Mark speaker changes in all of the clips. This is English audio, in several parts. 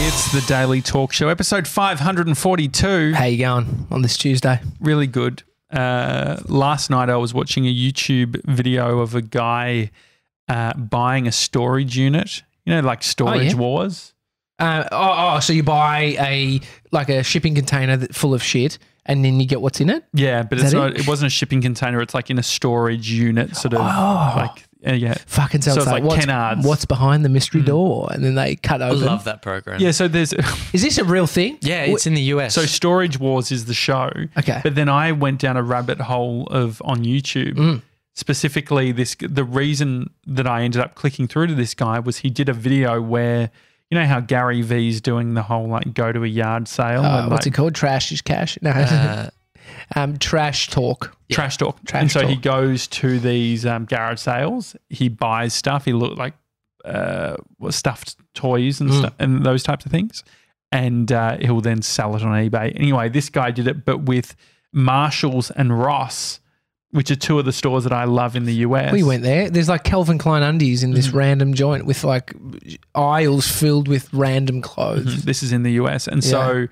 Speaker 1: It's the Daily Talk Show, episode 542.
Speaker 2: How you going on this Tuesday?
Speaker 1: Really good. Uh, last night I was watching a YouTube video of a guy uh, buying a storage unit, you know, like Storage
Speaker 2: Oh, yeah.
Speaker 1: Wars.
Speaker 2: Uh, oh, oh, so you buy a like a shipping container that, full of shit, and then you get what's in it.
Speaker 1: Yeah, but it's
Speaker 2: that
Speaker 1: not,
Speaker 2: it?
Speaker 1: it? wasn't a shipping container. It's like in a storage unit, sort of
Speaker 2: Oh.
Speaker 1: like, uh, yeah.
Speaker 2: Fucking
Speaker 1: So
Speaker 2: sounds
Speaker 1: it's like
Speaker 2: what's,
Speaker 1: Kennards.
Speaker 2: what's behind the mystery door, and then they cut
Speaker 3: Mm. I
Speaker 2: open.
Speaker 3: love that program.
Speaker 1: Yeah, so there's
Speaker 2: Is this a real thing?
Speaker 3: Yeah, it's in the Oh, US.
Speaker 1: so Storage Wars is the show.
Speaker 2: Okay.
Speaker 1: But then I went down a rabbit hole of on YouTube.
Speaker 2: Mm.
Speaker 1: Specifically, this the reason that I ended up clicking through to this guy was he did a video where you know how Gary Vee's doing the whole like go to a yard sale
Speaker 2: Uh,
Speaker 1: and
Speaker 2: what's it
Speaker 1: like
Speaker 2: called? Trash is cash. No,
Speaker 3: Uh,
Speaker 2: um, trash talk.
Speaker 1: trash talk.
Speaker 2: Trash
Speaker 1: and so he
Speaker 2: talk.
Speaker 1: goes to these um, garage sales. He buys stuff. He looked like uh, what, stuffed toys
Speaker 2: Mm.
Speaker 1: and stuff and those types of things. And uh, he'll then sell it on eBay. Anyway, this guy did it, but with Marshalls and Ross, which are two of the stores that I love in the US.
Speaker 2: We went there. There's like Calvin Klein undies in
Speaker 3: Mm.
Speaker 2: this random joint with like aisles filled with random clothes.
Speaker 1: This is in the US, and so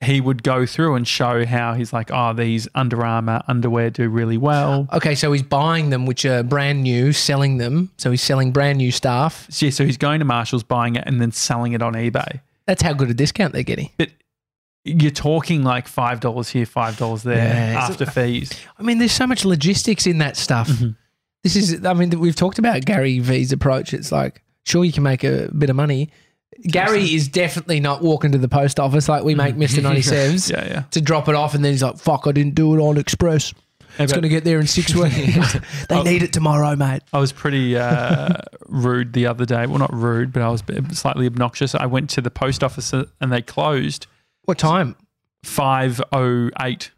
Speaker 1: he would go through and show how he's like, oh, these Under Armour underwear do really well.
Speaker 3: Mm-hmm.
Speaker 2: Okay, so he's buying them, which are brand new, selling them. So he's selling brand new stuff.
Speaker 1: So, yeah, so he's going to Marshalls, buying it, and then selling it on eBay.
Speaker 2: That's how good a discount they're getting.
Speaker 1: But you're talking like five dollars here, five dollars there
Speaker 2: Yeah, it's-
Speaker 1: after fees.
Speaker 2: I mean, there's so much logistics in that stuff.
Speaker 1: Mm-hmm.
Speaker 2: This is, I mean, we've talked about Gary V's approach. It's like, sure, you can make a bit of money. Gary is definitely not walking to the post office like we make Mr. 97s
Speaker 1: Mm-hmm. Yeah, yeah.
Speaker 2: to drop it off. And then he's like, fuck, I didn't do it on Express. It's going to get there in six weeks. they need it tomorrow, mate.
Speaker 1: I was pretty uh, rude the other day. Well, not rude, but I was slightly obnoxious. I went to the post office uh, and they closed
Speaker 2: What time?
Speaker 1: five oh eight.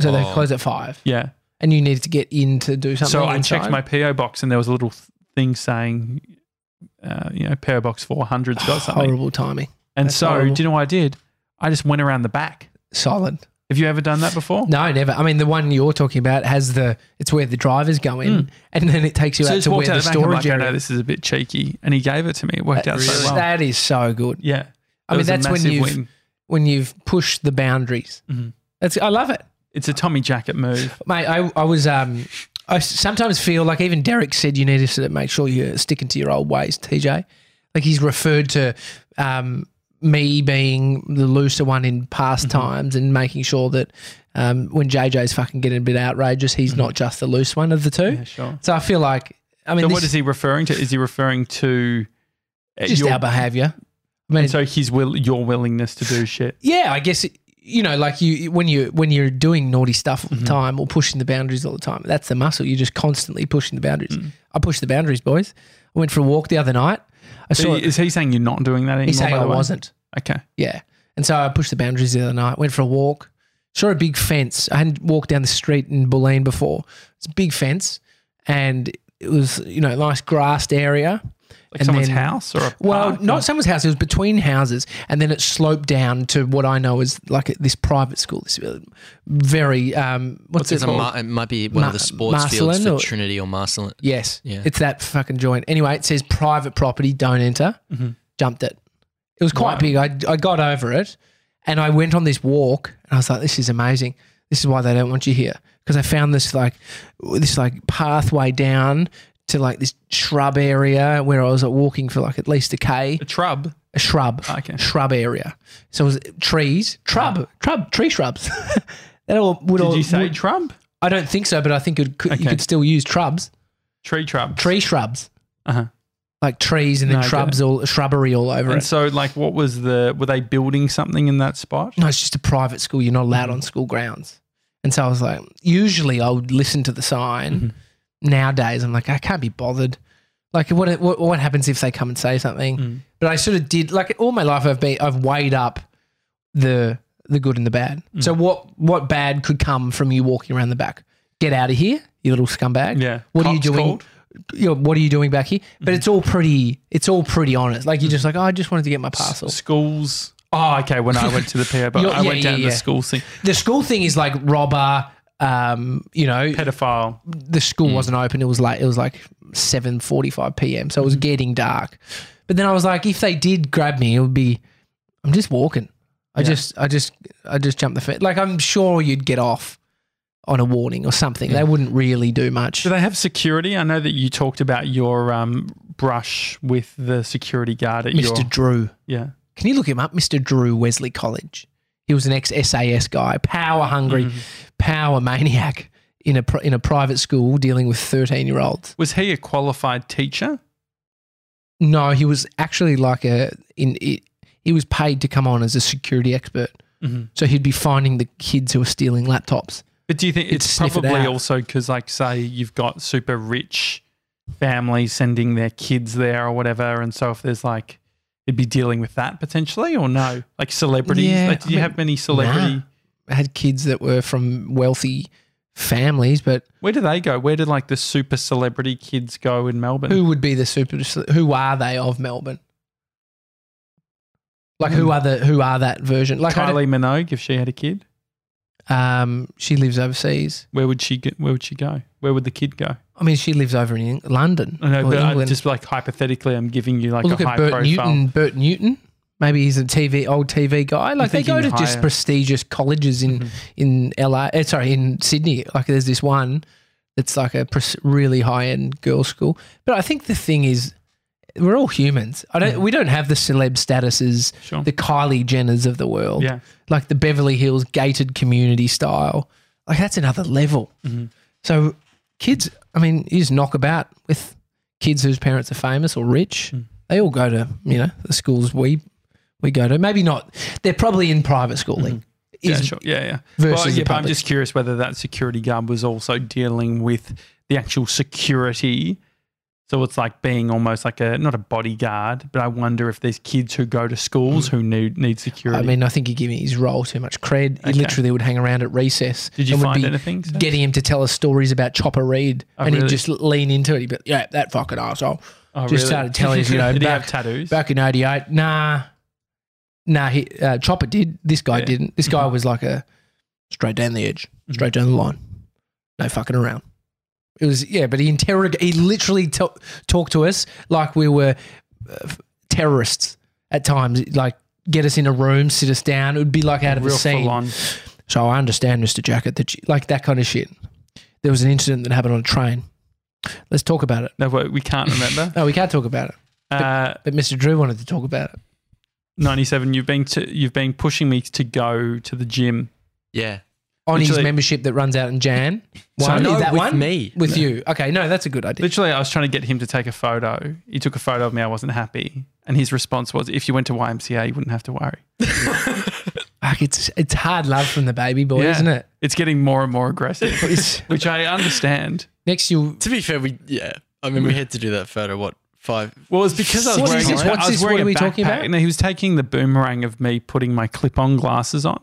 Speaker 2: So they
Speaker 3: Oh.
Speaker 2: close at five
Speaker 1: Yeah.
Speaker 2: and you needed to get in to do something.
Speaker 1: So I
Speaker 2: in
Speaker 1: checked
Speaker 2: time.
Speaker 1: my PO box and there was a little th- thing saying, uh, you know, PO box 400's got something.
Speaker 2: horrible timing.
Speaker 1: and
Speaker 2: That's
Speaker 1: so,
Speaker 2: horrible.
Speaker 1: do you know what I did? I just went around the back.
Speaker 2: Silent.
Speaker 1: Have you ever done that before?
Speaker 2: No, never. I mean, the one you're talking about has the it's where the drivers go in, and then it takes you
Speaker 1: Hmm. So I
Speaker 2: out
Speaker 1: just
Speaker 2: to where
Speaker 1: walked out the back. I'm
Speaker 2: the storage
Speaker 1: like, I know
Speaker 2: area.
Speaker 1: this is a bit cheeky, and he gave it to me. It worked out so well.
Speaker 2: That is so good.
Speaker 1: yeah, It
Speaker 2: I mean,
Speaker 1: was a
Speaker 2: that's when
Speaker 1: massive
Speaker 2: you've
Speaker 1: win.
Speaker 2: when you've pushed the boundaries.
Speaker 1: Mm-hmm.
Speaker 2: That's I love it,
Speaker 1: It's a Tommy Jacket move.
Speaker 2: mate. I I was um. I s- sometimes feel like even Derek said you need to sort of make sure you're sticking to your old ways, TJ. Like he's referred to um, me being the looser one in past
Speaker 1: Mm-hmm.
Speaker 2: times and making sure that um, when JJ's fucking getting a bit outrageous, he's
Speaker 1: Mm-hmm.
Speaker 2: not just the loose one of the two.
Speaker 1: Yeah, sure.
Speaker 2: So I feel like I mean,
Speaker 1: So,
Speaker 2: this
Speaker 1: what is he referring to? Is he referring to uh,
Speaker 2: just
Speaker 1: your,
Speaker 2: our behaviour. I mean,
Speaker 1: so his will, your willingness to do shit?
Speaker 2: yeah, I guess you know, like you when you when you're doing naughty stuff
Speaker 1: Mm-hmm.
Speaker 2: all the time or pushing the boundaries all the time. That's the muscle. You're just constantly pushing the boundaries.
Speaker 1: Mm.
Speaker 2: I push the boundaries, boys. I went for a walk the other night. I
Speaker 1: So
Speaker 2: saw
Speaker 1: is he saying you're not doing that anymore?
Speaker 2: he's saying
Speaker 1: by
Speaker 2: I
Speaker 1: the way?
Speaker 2: wasn't.
Speaker 1: Okay.
Speaker 2: Yeah, and so I pushed the boundaries the other night. Went for a walk. Saw a big fence. I hadn't walked down the street in Boleyn before. It's a big fence, and it was you know nice grassed area.
Speaker 1: Like
Speaker 2: And
Speaker 1: someone's
Speaker 2: then-
Speaker 1: house or a
Speaker 2: Well,
Speaker 1: park
Speaker 2: not
Speaker 1: or-
Speaker 2: someone's house. It was between houses, and then it sloped down to what I know is like this private school. This uh, very um, what's,
Speaker 3: it's
Speaker 2: it
Speaker 3: a,
Speaker 2: called?
Speaker 3: mar- it might be one
Speaker 2: Ma-
Speaker 3: of the sports fields
Speaker 2: Marcelin
Speaker 3: for
Speaker 2: or-
Speaker 3: Trinity or Marcelin.
Speaker 2: yes,
Speaker 3: Yeah.
Speaker 2: it's that fucking joint. Anyway, it says private property, don't enter. Jumped it. It was quite
Speaker 1: Wow.
Speaker 2: big. I I got over it, and I went on this walk, and I was like, this is amazing. This is why they don't want you here because I found this like this like pathway down to like this shrub area where I was like, walking for like at least a k.
Speaker 1: a trub.
Speaker 2: a shrub,
Speaker 1: Ah, Okay. Ah.
Speaker 2: shrub area. So it was trees, shrub, shrub, tree shrubs. that all would all.
Speaker 1: Did you say
Speaker 2: would-
Speaker 1: trub?
Speaker 2: I don't think so, but I think it could,
Speaker 1: Okay.
Speaker 2: you could still use shrubs,
Speaker 1: Tree trub.
Speaker 2: tree shrubs,
Speaker 1: Uh-huh.
Speaker 2: like trees and then
Speaker 1: No, I get
Speaker 2: shrubs all shrubbery all over
Speaker 1: And
Speaker 2: it.
Speaker 1: so, like, what was the? Were they building something in that spot?
Speaker 2: No, it's just a private school. You're not allowed on school grounds. And so I was like, usually I would listen to the sign. Nowadays, I'm like, I can't be bothered. Like, what what, what happens if they come and say something? But I sort of did. Like all my life, I've been I've weighed up the the good and the bad. So what what bad could come from you walking around the back? Get out of here, you little scumbag.
Speaker 1: Yeah.
Speaker 2: What are you
Speaker 1: Cops
Speaker 2: doing?
Speaker 1: called?
Speaker 2: You know, what are you doing back here? But it's all pretty. It's all pretty honest. Like you're just like, oh, I just wanted to get my parcel.
Speaker 1: Schools. Oh, okay. When I went to the PO, but
Speaker 2: You're-
Speaker 1: I
Speaker 2: yeah,
Speaker 1: went down
Speaker 2: yeah,
Speaker 1: the
Speaker 2: yeah.
Speaker 1: school thing.
Speaker 2: The school thing is like robber. Um, you know,
Speaker 1: Pedophile.
Speaker 2: the school wasn't open. It was late. It was like seven forty-five p.m. So it was getting dark. But then I was like, if they did grab me, it would be I'm just walking. I
Speaker 1: Yeah.
Speaker 2: just, I just, I just jump the fence. Like I'm sure you'd get off on a warning or something. They wouldn't really do much.
Speaker 1: Do they have security? I know that you talked about your um, brush with the security guard at your
Speaker 2: Mr. Drew,
Speaker 1: yeah.
Speaker 2: can you look him up? Mr. Drew Wesley College. He was an ex SAS guy, power hungry, power maniac in a pri- in a private school dealing with 13 year olds.
Speaker 1: Was he a qualified teacher?
Speaker 2: No, he was actually like a in. It, he was paid to come on as a security expert,
Speaker 1: Mhm.
Speaker 2: so he'd be finding the kids who were stealing laptops.
Speaker 1: But do you think
Speaker 2: He'd
Speaker 1: it's
Speaker 2: sniff it
Speaker 1: probably
Speaker 2: out.
Speaker 1: also because, like, say you've got super rich families sending their kids there or whatever, and so if there's like, it'd be dealing with that potentially, or no, like celebrities.
Speaker 2: Yeah,
Speaker 1: like, do
Speaker 2: I
Speaker 1: you
Speaker 2: mean,
Speaker 1: have many celebrity?
Speaker 2: nah. I had kids that were from wealthy families, but
Speaker 1: Where do they go? Where did like the super celebrity kids go in Melbourne?
Speaker 2: who would be the super? Who are they of Melbourne? Like who are the who are that version? Like I don't-
Speaker 1: Kylie Minogue, if she had a kid,
Speaker 2: um, she lives overseas.
Speaker 1: where would she get, Where would she go? Where would the kid go?
Speaker 2: I mean, she lives over in Eng- London
Speaker 1: I know,
Speaker 2: or
Speaker 1: but I'm
Speaker 2: England.
Speaker 1: just like hypothetically, I'm giving you like
Speaker 2: Well, look
Speaker 1: a
Speaker 2: at
Speaker 1: high
Speaker 2: Bert
Speaker 1: profile.
Speaker 2: Newton. Bert Newton. Maybe he's a TV old TV guy. Like they go to
Speaker 1: thinking
Speaker 2: just
Speaker 1: higher.
Speaker 2: prestigious colleges in
Speaker 1: Mm-hmm.
Speaker 2: in LA. eh, Sorry, in Sydney. Like there's this one that's like a pres- really high end girls' school. But I think the thing is, we're all humans. I don't. We don't have the celeb statuses,
Speaker 1: Sure.
Speaker 2: the Kylie Jenners of the world.
Speaker 1: Yeah.
Speaker 2: Like the Beverly Hills gated community style. Like that's another level.
Speaker 1: Mm-hmm.
Speaker 2: So kids, I mean, you just knock about with kids whose parents are famous or rich.
Speaker 1: Hmm.
Speaker 2: They all go to you know the schools we we go to. Maybe not. They're probably in private schooling.
Speaker 1: Mm-hmm. Yeah,
Speaker 2: Is-
Speaker 1: sure. Yeah, yeah.
Speaker 2: versus
Speaker 1: well,
Speaker 2: the
Speaker 1: yeah, but I'm
Speaker 2: public.
Speaker 1: just curious whether that security guard was also dealing with the actual security. So it's like being almost like a not a bodyguard, but I wonder if there's kids who go to schools who need need security.
Speaker 2: I mean, I think you're giving his role too much cred. He
Speaker 1: Okay.
Speaker 2: literally would hang around at recess.
Speaker 1: Did you
Speaker 2: and would
Speaker 1: find
Speaker 2: be
Speaker 1: anything? Sam?
Speaker 2: Getting him to tell us stories about Chopper Reed,
Speaker 1: Oh,
Speaker 2: and he'd
Speaker 1: really?
Speaker 2: just lean into it. He'd be, like, "Yeah, that fucking asshole."
Speaker 1: Oh,
Speaker 2: just started telling us, you know,
Speaker 1: did he
Speaker 2: back-
Speaker 1: have tattoos?
Speaker 2: Back in '88, nah, nah. He, uh, Chopper did. This guy
Speaker 1: Yeah. Mm-hmm.
Speaker 2: didn't. This guy was like a straight down the edge, straight down the line, no fucking around. It was yeah, but he interrogated. He literally to- talked to us like we were uh, f- terrorists at times. Like get us in a room, sit us down. It would be like out of
Speaker 1: Real
Speaker 2: the scene.
Speaker 1: full on.
Speaker 2: So I understand, Mr. Jacket, that you, like that kind of shit. There was an incident that happened on a train. Let's talk about it.
Speaker 1: No, but we can't remember.
Speaker 2: No, we can't talk about it.
Speaker 1: uh,
Speaker 2: But Mr. Drew wanted to talk about it.
Speaker 1: Ninety-seven. You've been to, you've been pushing me to go to the gym.
Speaker 3: Yeah.
Speaker 2: On his
Speaker 1: Literally-
Speaker 2: membership that runs out in Jan.
Speaker 1: So
Speaker 2: One,
Speaker 1: no,
Speaker 2: is that
Speaker 3: with
Speaker 2: one?
Speaker 3: me.
Speaker 2: With you. Okay, no, that's a good idea.
Speaker 1: Literally, I was trying to get him to take a photo. He took a photo of me. I wasn't happy, and his response was, "If you went to YMCA, you wouldn't have to worry."
Speaker 2: Fuck, it's, it's hard love from the baby boy,
Speaker 1: Yeah.
Speaker 2: isn't it?
Speaker 1: It's getting more and more aggressive,
Speaker 2: It's-
Speaker 1: which I understand.
Speaker 2: next, you'll.
Speaker 3: To be fair, we yeah. I mean, we had to do that photo. What five?
Speaker 1: Well, it's because I was
Speaker 2: What is
Speaker 1: wearing.
Speaker 2: this?
Speaker 1: I
Speaker 2: What's
Speaker 1: was
Speaker 2: this?
Speaker 1: wearing
Speaker 2: What are
Speaker 1: a
Speaker 2: we talking
Speaker 1: backpack,
Speaker 2: about?
Speaker 1: And he was taking the boomerang of me putting my clip-on glasses on,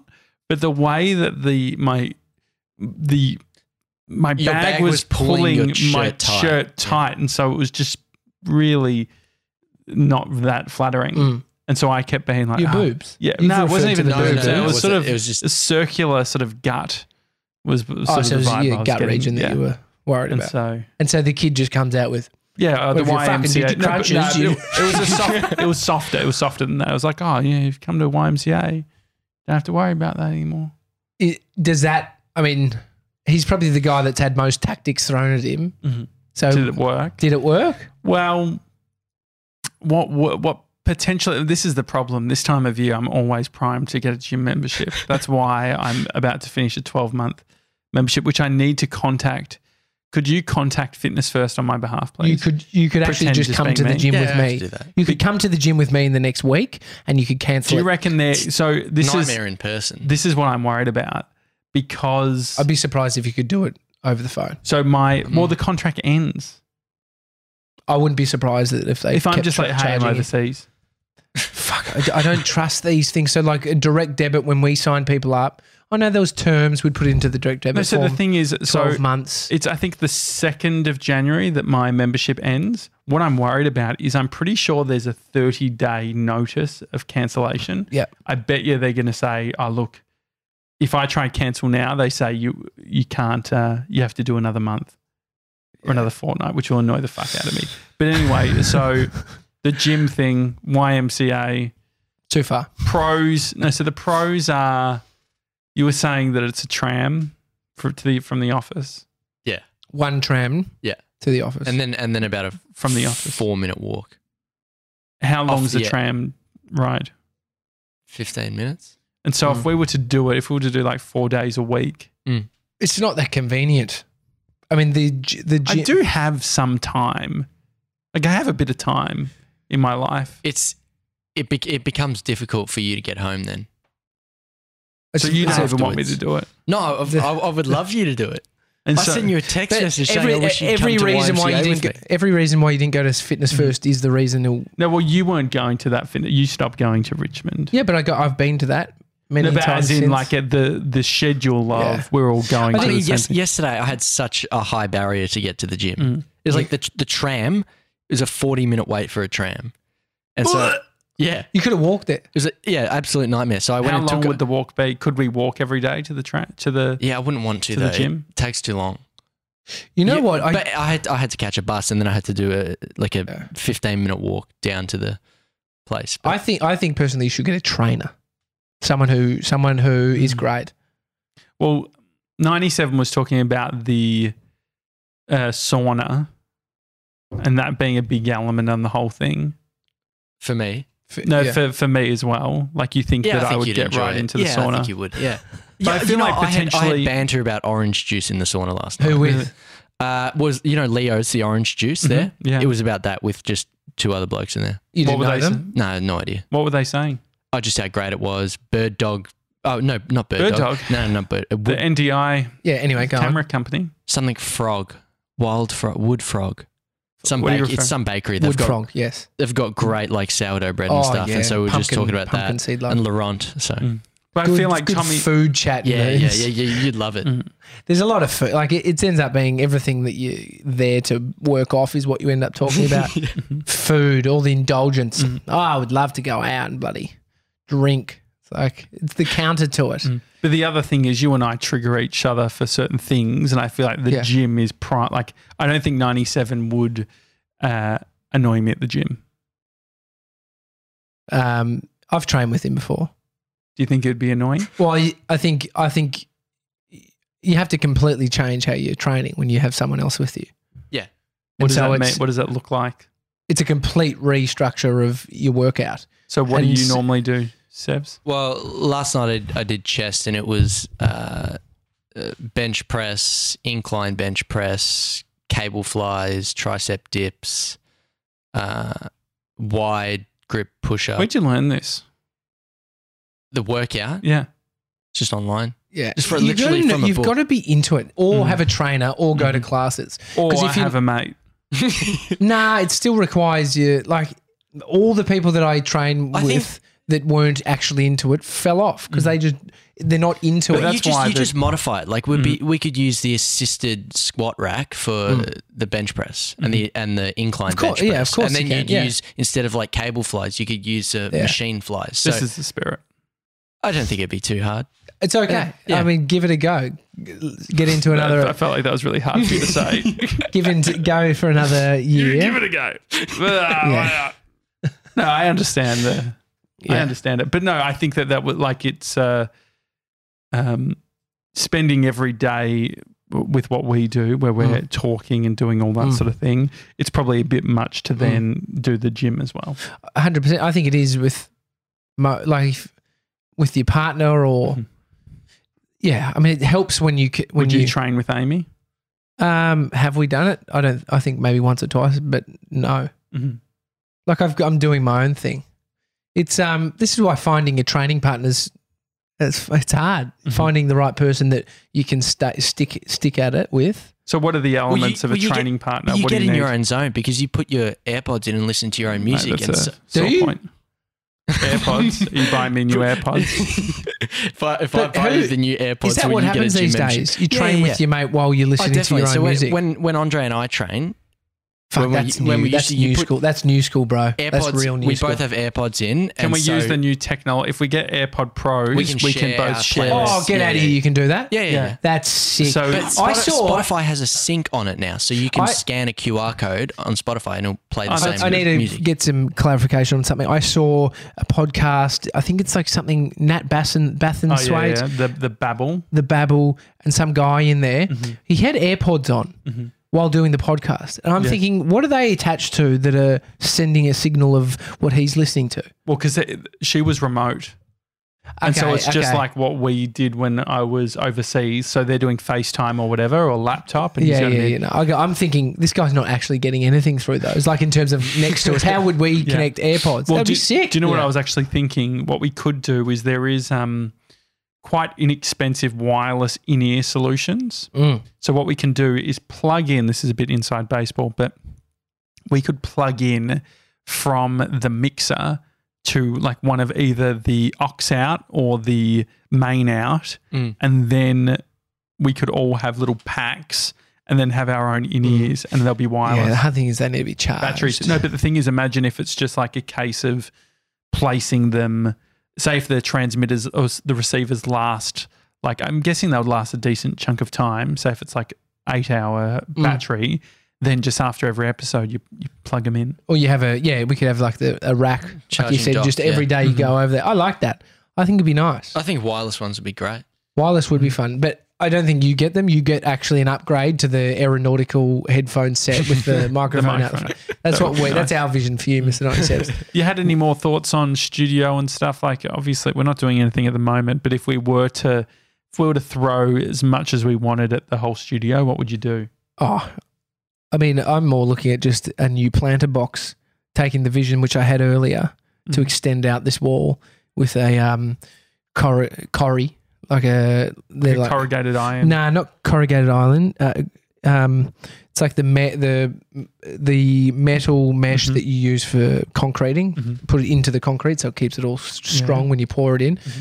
Speaker 1: but the way that the my the my bag,
Speaker 3: Your bag
Speaker 1: was,
Speaker 3: was pulling
Speaker 1: pulling,
Speaker 3: your
Speaker 1: my
Speaker 3: shirt tight.
Speaker 1: shirt tight, and so it was just really not that flattering.
Speaker 2: Mm.
Speaker 1: And so I kept being like,
Speaker 2: Your
Speaker 1: "Ah."
Speaker 2: boobs.
Speaker 1: Yeah,
Speaker 2: You've
Speaker 1: no, it wasn't
Speaker 2: referred to
Speaker 1: even the
Speaker 2: them as
Speaker 1: boobs.
Speaker 2: boobs.
Speaker 1: it was sort of
Speaker 3: It was just
Speaker 1: a circular sort of gut was was sort
Speaker 2: Oh,
Speaker 1: of
Speaker 2: so it
Speaker 1: the
Speaker 2: was
Speaker 1: vibe I
Speaker 2: your
Speaker 1: was
Speaker 2: gut
Speaker 1: getting.
Speaker 2: region
Speaker 1: yeah.
Speaker 2: that you were worried
Speaker 1: and
Speaker 2: about.
Speaker 1: so
Speaker 2: and so the kid just comes out with,
Speaker 1: yeah, uh, the
Speaker 2: Well, if you fucking
Speaker 1: YMCA. No, but-
Speaker 2: did your
Speaker 1: no,
Speaker 2: crunches,
Speaker 1: but
Speaker 2: you-
Speaker 1: it, it was a soft, it was softer. It was softer than that. It was like, oh yeah, you've come to YMCA. Don't have to worry about that anymore.
Speaker 2: it, does that i mean he's probably the guy that's had most tactics thrown at him
Speaker 1: Mhm.
Speaker 2: so
Speaker 1: Did it work?
Speaker 2: did it work
Speaker 1: Well, what what, what potentially? This is the problem. This time of year, I'm always primed to get a gym membership. That's why I'm about to finish a 12 month membership, which I need to contact. Could you contact Fitness First on my behalf, please?
Speaker 2: you could you could actually
Speaker 1: Pretend
Speaker 2: just
Speaker 1: just
Speaker 2: come
Speaker 1: being
Speaker 2: to the
Speaker 1: me.
Speaker 2: gym
Speaker 3: Yeah, I have to
Speaker 2: with
Speaker 3: do
Speaker 2: me
Speaker 3: that.
Speaker 2: you could come to the gym with me in the next week and you could cancel
Speaker 1: Do you
Speaker 2: it.
Speaker 1: reckon there? So this is
Speaker 3: nightmare in person.
Speaker 1: this is what I'm worried about because
Speaker 2: i'd be Hmm. surprised if you could do it over the phone
Speaker 1: so my well the contract ends.
Speaker 2: i wouldn't be surprised that if they
Speaker 1: if I'm
Speaker 2: kept
Speaker 1: just
Speaker 2: tra-
Speaker 1: like, hey, I'm
Speaker 2: charging you.
Speaker 1: overseas.
Speaker 2: fuck I d- I, don't trust these things so like a direct debit when we sign people up i know those terms we'd put into the direct debit
Speaker 1: No, so the
Speaker 2: form,
Speaker 1: thing is,
Speaker 2: 12
Speaker 1: so
Speaker 2: months
Speaker 1: it's I think the second of January that my membership ends. What I'm worried about is I'm pretty sure there's a 30 day notice of cancellation.
Speaker 2: Yeah.
Speaker 1: I bet you they're going to say, oh look, if I try and cancel now, they say you you can't. Uh, you have to do another month or another fortnight, which will annoy the fuck out of me. But anyway, so the gym thing, YMCA.
Speaker 2: too far
Speaker 1: pros. No, so the pros are you were saying that it's a tram for, to the, from the office.
Speaker 2: One tram.
Speaker 3: Yeah.
Speaker 2: To the office.
Speaker 3: and then and then about a
Speaker 1: From the office.
Speaker 3: four minute walk,
Speaker 1: How long's the
Speaker 3: yeah.
Speaker 1: tram ride?
Speaker 3: fifteen minutes.
Speaker 1: And so if
Speaker 2: Mm.
Speaker 1: we were to do it, if we were to do like four days a week,
Speaker 2: it's not that convenient. I mean the g- the
Speaker 1: I
Speaker 2: gym,
Speaker 1: do have some time. Like I have a bit of time in my life.
Speaker 3: It's it bec it becomes difficult for you to get home then.
Speaker 1: So you don't
Speaker 3: it's
Speaker 1: even want me to
Speaker 3: afterwards.
Speaker 1: do it.
Speaker 3: No, I, I, I would love you to do it.
Speaker 1: And
Speaker 3: I
Speaker 1: so,
Speaker 3: sent you a text message saying I
Speaker 2: every,
Speaker 3: wish you'd
Speaker 2: every
Speaker 3: come to
Speaker 2: reason why
Speaker 3: YMCA
Speaker 2: you didn't
Speaker 3: with
Speaker 2: go,
Speaker 3: me.
Speaker 2: every reason why you didn't go to fitness
Speaker 1: Mm.
Speaker 2: first is the reason. It'll,
Speaker 1: no, well, you weren't going to that. Fin- you stopped going to Richmond.
Speaker 2: yeah, but I got I've been to that many
Speaker 1: No, but
Speaker 2: times
Speaker 1: as in
Speaker 2: since.
Speaker 1: like at the the schedule of
Speaker 2: Yeah.
Speaker 1: we're all going
Speaker 3: I
Speaker 1: to the
Speaker 3: think
Speaker 1: same
Speaker 3: yes,
Speaker 1: thing.
Speaker 3: yesterday I had such a high barrier to get to the gym.
Speaker 1: Mm.
Speaker 3: It was like the the tram is a forty minute wait for a tram, and so yeah, it
Speaker 2: you could have walked it.
Speaker 3: was a, yeah absolute nightmare. So I went
Speaker 1: How
Speaker 3: and
Speaker 1: long
Speaker 3: took
Speaker 1: would the walk be? Could we walk every day to the tra- to the?
Speaker 3: yeah I wouldn't want to,
Speaker 1: to the
Speaker 3: though.
Speaker 1: gym?
Speaker 3: It takes too long.
Speaker 2: You know
Speaker 3: Yeah,
Speaker 2: what? I,
Speaker 3: but I had I had to catch a bus and then I had to do a like a
Speaker 2: Yeah.
Speaker 3: fifteen minute walk down to the place. But
Speaker 2: I think I think personally you should get a trainer, someone who someone who is
Speaker 3: Mm.
Speaker 2: great.
Speaker 1: Well, ninety seven was talking about the uh, sauna, and that being a big element on the whole thing.
Speaker 3: for me,
Speaker 2: F-
Speaker 1: No,
Speaker 2: yeah.
Speaker 1: for, for me as well. Like you think
Speaker 3: yeah,
Speaker 1: that
Speaker 3: I,
Speaker 1: I,
Speaker 3: think
Speaker 1: would
Speaker 3: you'd
Speaker 1: get
Speaker 3: enjoy
Speaker 1: right
Speaker 3: it.
Speaker 1: into the
Speaker 3: yeah, I
Speaker 1: sauna.
Speaker 3: think you would. Yeah,
Speaker 1: But I
Speaker 3: you
Speaker 1: feel like
Speaker 3: I had- I had,
Speaker 1: potentially-
Speaker 3: banter about orange juice in the sauna last night.
Speaker 2: who with
Speaker 3: Uh, was you know Leo's the orange juice
Speaker 1: Mhm,
Speaker 3: there?
Speaker 1: yeah.
Speaker 3: it was about that with just two other blokes in there.
Speaker 2: you
Speaker 1: what
Speaker 2: didn't
Speaker 1: were
Speaker 2: know
Speaker 1: they?
Speaker 2: them.
Speaker 3: No, no idea.
Speaker 1: What were they saying?
Speaker 3: Oh, just how great it was. Bird dog. Oh no, not bird,
Speaker 1: Bird
Speaker 3: dog.
Speaker 1: dog?
Speaker 3: No, no, no, bird. uh,
Speaker 1: The
Speaker 3: wood-
Speaker 1: NDI
Speaker 2: Yeah. Anyway, go on.
Speaker 1: camera company.
Speaker 3: something frog, wild frog, wood frog. Some
Speaker 1: What are you
Speaker 3: bake, it's
Speaker 1: referring-
Speaker 3: some bakery. They've
Speaker 2: Wood
Speaker 3: got
Speaker 2: frog. Yes. Oh,
Speaker 3: they've got great like sourdough bread and stuff, and so we were just
Speaker 2: Pumpkin-
Speaker 3: talking about
Speaker 2: pumpkin
Speaker 3: that
Speaker 2: seed
Speaker 3: and
Speaker 2: lime.
Speaker 3: Laurent. So
Speaker 1: Mm. But I
Speaker 2: Good-
Speaker 1: feel like
Speaker 2: good
Speaker 1: Tommy.
Speaker 2: food chat.
Speaker 3: yeah, yeah,
Speaker 2: memes.
Speaker 3: yeah, yeah, you'd love it.
Speaker 1: Mm.
Speaker 2: There's a lot of food. Like it, it ends up being everything that you there to work off is what you end up talking about. food, all the indulgence.
Speaker 3: Mm.
Speaker 1: Mhm.
Speaker 2: Oh, I would love to go out and bloody drink. It's like it's the counter to it.
Speaker 1: Mm. But the other thing is, you and I trigger each other for certain things, and I feel like the
Speaker 2: Yeah.
Speaker 1: gym is prime. Like I don't think ninety seven would uh, annoy me at the gym.
Speaker 3: Mm.
Speaker 2: Um, I've trained with him before.
Speaker 1: Do you think it would be annoying?
Speaker 2: Well, I- I think I think you have to completely change how you're training when you have someone else with you.
Speaker 3: Yeah.
Speaker 1: What
Speaker 2: And
Speaker 1: does
Speaker 2: so
Speaker 1: that mean?
Speaker 2: it's,
Speaker 1: What does that look like?
Speaker 2: it's a complete restructure of your workout.
Speaker 1: So what do
Speaker 2: And
Speaker 1: you
Speaker 2: s-
Speaker 1: normally do, Sebs?
Speaker 3: Well, last night I, I did chest, and it was uh, uh, bench press, incline bench press, cable flies, tricep dips, uh, wide grip push up.
Speaker 1: Where'd you learn this?
Speaker 3: The workout
Speaker 1: Yeah,
Speaker 3: just online.
Speaker 2: Yeah,
Speaker 3: Just for literally
Speaker 2: gotta,
Speaker 3: from a
Speaker 2: you've
Speaker 3: book.
Speaker 2: got to be into it, or
Speaker 1: Mm.
Speaker 2: have a trainer, or go to
Speaker 1: Mhm.
Speaker 2: classes.
Speaker 1: or
Speaker 2: 'Cause
Speaker 1: I
Speaker 2: if you-
Speaker 1: have a mate.
Speaker 3: I
Speaker 2: Nah, it still requires you. Like all the people that I train
Speaker 3: I think-
Speaker 2: with that weren't actually into it fell off because they just they're not into
Speaker 1: But
Speaker 2: it.
Speaker 1: that's
Speaker 3: you just,
Speaker 1: why
Speaker 3: you
Speaker 1: the-
Speaker 3: just modify it. Like we'd be, we could use the assisted squat rack for the bench press and the and the incline
Speaker 2: Mm-hmm. Of course-
Speaker 3: bench press.
Speaker 2: yeah, of course
Speaker 3: And then
Speaker 2: you can,
Speaker 3: would
Speaker 2: yeah.
Speaker 3: use instead of like cable flies, you could use uh,
Speaker 2: Yeah.
Speaker 3: machine flies. So
Speaker 1: This is the spirit.
Speaker 3: I don't think it'd be too hard.
Speaker 2: It's okay.
Speaker 3: yeah.
Speaker 2: I mean, give it a go. Get into
Speaker 1: I, I
Speaker 2: another.
Speaker 1: felt like that was really hard for you to say.
Speaker 2: give into go for another year.
Speaker 1: Give it a go. Ah, No, I understand the. I
Speaker 2: Yeah.
Speaker 1: understand it, but no, I think that that would like it's uh, um, spending every day w- with what we do, where we're talking and doing all that sort of thing. It's probably a bit much to then do the gym as well.
Speaker 2: hundred percent. I think it is with, mo- like, if- with your partner or,
Speaker 3: Mm-hmm.
Speaker 2: yeah. I mean, it helps when you c- when
Speaker 1: Would you,
Speaker 2: you.
Speaker 1: train with Amy?
Speaker 2: um, have we done it? I don't. I think maybe once or twice, but no.
Speaker 1: Mhm.
Speaker 2: Like I've got- I'm doing my own thing. It's um. This is why finding a training partner's. It's, it's hard
Speaker 3: Mm-hmm.
Speaker 2: finding the right person that you can sta stick stick at it with.
Speaker 1: So, what are the
Speaker 3: you-
Speaker 1: elements
Speaker 3: well,
Speaker 1: of a
Speaker 3: you get-
Speaker 1: training partner?
Speaker 3: you
Speaker 1: what
Speaker 3: get
Speaker 1: do you
Speaker 3: in
Speaker 1: need?
Speaker 3: your own zone because you put your AirPods in and listen to your own
Speaker 1: No,
Speaker 3: music.
Speaker 1: that's
Speaker 3: and
Speaker 1: a
Speaker 3: so,
Speaker 1: sore
Speaker 2: Do you?
Speaker 1: point. AirPods. Are you buying me new AirPods?
Speaker 3: if I, if I
Speaker 2: But
Speaker 3: buy
Speaker 2: who-
Speaker 3: you the new AirPods,
Speaker 2: Is that
Speaker 3: will
Speaker 2: what
Speaker 3: you get a
Speaker 2: happens
Speaker 3: gym
Speaker 2: these
Speaker 3: membership?
Speaker 2: days? You
Speaker 3: Yeah,
Speaker 2: train
Speaker 3: yeah,
Speaker 2: with your mate while you're
Speaker 3: Oh,
Speaker 2: listening to
Speaker 3: definitely.
Speaker 2: your own
Speaker 3: So when,
Speaker 2: music.
Speaker 3: when when Andre and I train,
Speaker 2: Fuck,
Speaker 3: When we-
Speaker 2: that's
Speaker 3: when
Speaker 2: new.
Speaker 3: we
Speaker 2: That's
Speaker 3: used to- you
Speaker 2: new
Speaker 3: put
Speaker 2: school. That's new school, bro. that's
Speaker 3: AirPods.
Speaker 2: real new
Speaker 3: we
Speaker 2: school.
Speaker 3: both have AirPods in.
Speaker 1: Can
Speaker 3: and
Speaker 1: we use
Speaker 3: so-
Speaker 1: the new technology? If we get AirPod Pros, we
Speaker 3: We
Speaker 1: can,
Speaker 3: can share
Speaker 1: both
Speaker 3: our
Speaker 1: share.
Speaker 3: playlist.
Speaker 2: oh, get
Speaker 3: Yeah,
Speaker 2: out of
Speaker 3: yeah.
Speaker 2: here! You can do that.
Speaker 3: Yeah, yeah.
Speaker 1: Yeah.
Speaker 3: yeah.
Speaker 2: That's sick.
Speaker 1: So- oh,
Speaker 3: But
Speaker 1: I
Speaker 3: Spotify,
Speaker 2: saw-
Speaker 3: Spotify has a sync on it now, so you can
Speaker 2: I-
Speaker 3: scan a QR code on Spotify and it'll play the
Speaker 1: I-
Speaker 3: same
Speaker 2: I need to
Speaker 3: music.
Speaker 2: get some clarification on something. I saw a podcast. I think it's like something Nat Bassin Bathin
Speaker 1: Oh, yeah,
Speaker 2: Swade,
Speaker 1: yeah. The, the Babel.
Speaker 2: the Babel, and some guy in there.
Speaker 3: Mm-hmm.
Speaker 2: He had AirPods on while doing the podcast, and I'm thinking, what are they attached to that are sending a signal of what he's listening to?
Speaker 1: Well, because she was remote. And so
Speaker 2: Okay,
Speaker 1: it's just
Speaker 2: okay.
Speaker 1: like what we did when I was overseas. So they're doing FaceTime or whatever or laptop. And he's
Speaker 2: Yeah,
Speaker 1: gonna
Speaker 2: yeah,
Speaker 1: be-
Speaker 2: yeah. No, I go, I'm thinking this guy's not actually getting anything through those. Like in terms of next to us, how would we connect AirPods? That'd
Speaker 1: do,
Speaker 2: be sick.
Speaker 1: Do you know what
Speaker 2: Yeah.
Speaker 1: I was actually thinking? What we could do is there is um, quite inexpensive wireless in ear solutions.
Speaker 2: Mm.
Speaker 1: So what we can do is plug in. This is a bit inside baseball, but we could plug in from the mixer to like one of either the aux out or the main out,
Speaker 3: Mm.
Speaker 1: and then we could all have little packs and then have our own in ears, and they'll be
Speaker 2: Yeah,
Speaker 1: wireless
Speaker 2: the hard thing is they need to be charged.
Speaker 1: batteries. No, but the thing is, imagine if it's just like a case of placing them. Say if the transmitters or s- the receivers last, like I'm guessing they would last a decent chunk of time. So if it's like eight hour
Speaker 2: Mm.
Speaker 1: battery, then just after every episode you, you plug them in.
Speaker 2: Or you have a yeah, we could have like the a rack. Like you
Speaker 3: Charging
Speaker 2: said,
Speaker 3: dock,
Speaker 2: just
Speaker 3: yeah.
Speaker 2: every day you
Speaker 1: Mm-hmm.
Speaker 2: go over there. I like that. I think it'd be nice.
Speaker 1: Uh,
Speaker 3: I think wireless ones would be great.
Speaker 2: Wireless would be
Speaker 1: mm-hmm.
Speaker 2: fun, but I don't think you get them. You get actually an upgrade to the aeronautical headphone set with the microphone. out the
Speaker 1: microphone.
Speaker 2: front. That's what we. That's our vision for you, Mister Ninety Seven.
Speaker 1: You had any more thoughts on studio and stuff? Like obviously we're not doing anything at the moment, but if we were to if we were to throw as much as we wanted at the whole studio, what would you do?
Speaker 2: Oh, I mean, I'm more looking at just a new planter box, taking the vision which I had earlier to extend out this wall with a um, cor- corrie, like a they're like,
Speaker 1: corrugated iron.
Speaker 2: nah, not corrugated island. Uh, um, it's like the me- the the metal mesh
Speaker 1: Mhm.
Speaker 2: that you use for concreting.
Speaker 1: Mhm.
Speaker 2: Put it into the concrete, so it keeps it all s-
Speaker 1: Yeah.
Speaker 2: strong when you pour it in.
Speaker 1: Mhm.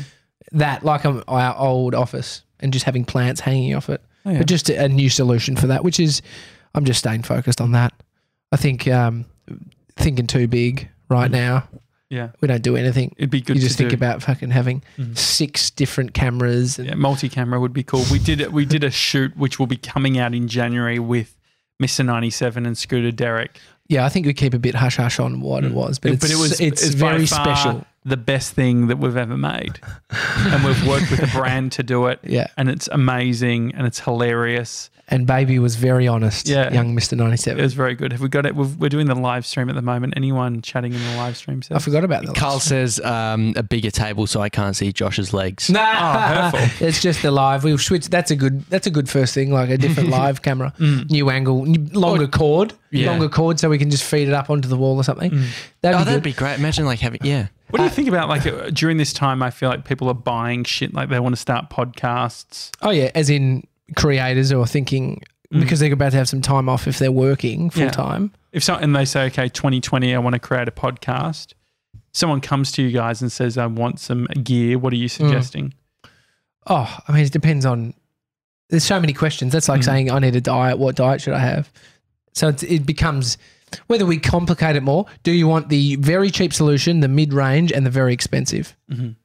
Speaker 2: That, like um, our old office, and just having plants hanging off it
Speaker 1: Oh, yeah.
Speaker 2: but just a, a new solution for that, which is I'm just staying focused on that. I think um, thinking too big right now,
Speaker 1: Yeah.
Speaker 2: we don't do anything.
Speaker 1: It'd be Mm. good
Speaker 2: you just
Speaker 1: to
Speaker 2: think
Speaker 1: do.
Speaker 2: about fucking having
Speaker 1: Mhm.
Speaker 2: six different cameras and
Speaker 1: Yeah, multi-camera would be cool. We did we did a shoot which will be coming out in January with Mr. 97 and Scooter Derek.
Speaker 2: yeah, I think we keep a bit hush hush on what it was, but, it's,
Speaker 1: Mm. it was
Speaker 2: it's,
Speaker 1: by
Speaker 2: very
Speaker 1: far
Speaker 2: special.
Speaker 1: The best thing that we've ever made. and we've worked with a brand to do it
Speaker 2: Yeah,
Speaker 1: and it's amazing and it's hilarious.
Speaker 2: and baby was very honest.
Speaker 1: Yeah.
Speaker 2: young Mister Ninety
Speaker 1: It
Speaker 2: Seven.
Speaker 1: was very good. Have we got it? We've, we're doing the live stream at the moment. Anyone chatting in the live stream?
Speaker 2: I
Speaker 1: Seb?
Speaker 2: forgot about that.
Speaker 3: Carl says um, a bigger table so I can't see Josh's legs.
Speaker 2: Nah,
Speaker 1: Oh, hurtful.
Speaker 2: it's just the live. We've switched. That's a good. That's a good first thing. Like a different live camera,
Speaker 1: Mm.
Speaker 2: new angle, n- longer cord,
Speaker 1: Oh. Yeah. Mm.
Speaker 2: longer cord, so we can just feed it up onto the wall or something. That'd
Speaker 3: oh,
Speaker 2: be
Speaker 3: that'd
Speaker 2: good.
Speaker 3: be great. Imagine like having yeah.
Speaker 1: What do you think about like uh, during this time? I feel like people are buying shit. Like they want to start podcasts.
Speaker 2: oh yeah, as in creators who are thinking because they're about to have some time off if they're working full
Speaker 1: Mm. Yeah.
Speaker 2: time.
Speaker 1: if so, and they say, okay, 2020, I want to create a podcast. Someone comes to you guys and says, I want some gear. What are
Speaker 2: Mm.
Speaker 1: you suggesting?
Speaker 2: Oh, I mean, it depends on. There's so many questions. That's
Speaker 1: Mm.
Speaker 2: like saying I need a diet. What diet should I have? So it's, it becomes whether we complicate it more. Do you want the very cheap solution, the mid range, and the very expensive?
Speaker 3: Mm-hmm.
Speaker 1: Mhm.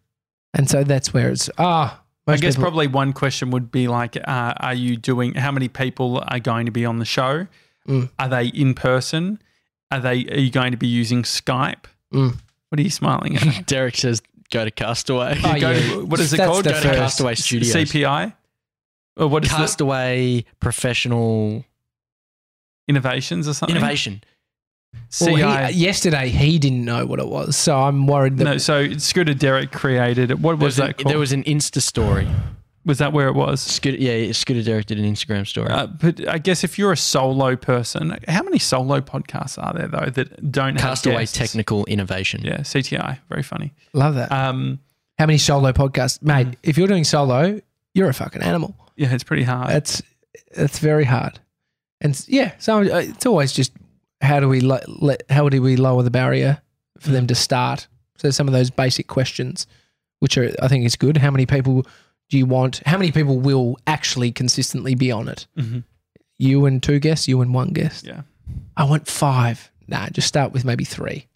Speaker 2: And so that's where it's ah.
Speaker 1: I
Speaker 2: most
Speaker 1: guess
Speaker 2: people-
Speaker 1: probably one question would be like, uh, are you doing, how many people are going to be on the show?
Speaker 2: Mm.
Speaker 1: Are they in person? Are they, are you going to be using Skype?
Speaker 2: Mm.
Speaker 1: What are you smiling at?
Speaker 3: Derek says go to Castaway.
Speaker 2: Oh,
Speaker 1: Go
Speaker 2: yeah.
Speaker 1: to- what is it
Speaker 2: That's
Speaker 1: called?
Speaker 2: the
Speaker 1: Go
Speaker 2: first.
Speaker 3: Castaway Studios.
Speaker 1: CPI? Or what is the
Speaker 3: Castaway professional
Speaker 1: innovations or something?
Speaker 3: innovation.
Speaker 2: Well, he-
Speaker 1: CI.
Speaker 2: yesterday he didn't know what it was, so I'm worried that
Speaker 1: no, so Scooter Derek created it. What was,
Speaker 3: there
Speaker 1: that
Speaker 3: was an,
Speaker 1: called?
Speaker 3: there was an Insta story.
Speaker 1: was that where it was?
Speaker 3: Scooter, yeah, Scooter Derek did an Instagram story.
Speaker 1: Uh, but I guess if you're a solo person, how many solo podcasts are there though that don't
Speaker 3: Castaway
Speaker 1: have guests?
Speaker 3: Technical Innovation.
Speaker 1: Yeah, CTI, very funny.
Speaker 2: love that.
Speaker 1: Um,
Speaker 2: How many solo podcasts, mate?
Speaker 1: Mm-hmm.
Speaker 2: If you're doing solo, you're a fucking animal.
Speaker 1: yeah, it's pretty hard.
Speaker 2: That's that's very hard, and s- yeah, so uh, it's always just how do we lo- let, how do we lower the barrier for them to
Speaker 1: Mm-hmm.
Speaker 2: start? So some of those basic questions, which are I think is good. How many people do you want? How many people will actually consistently be on it?
Speaker 1: Mhm.
Speaker 2: You and two guests, you and one guest.
Speaker 1: Yeah.
Speaker 2: I want five. Nah, just start with maybe three.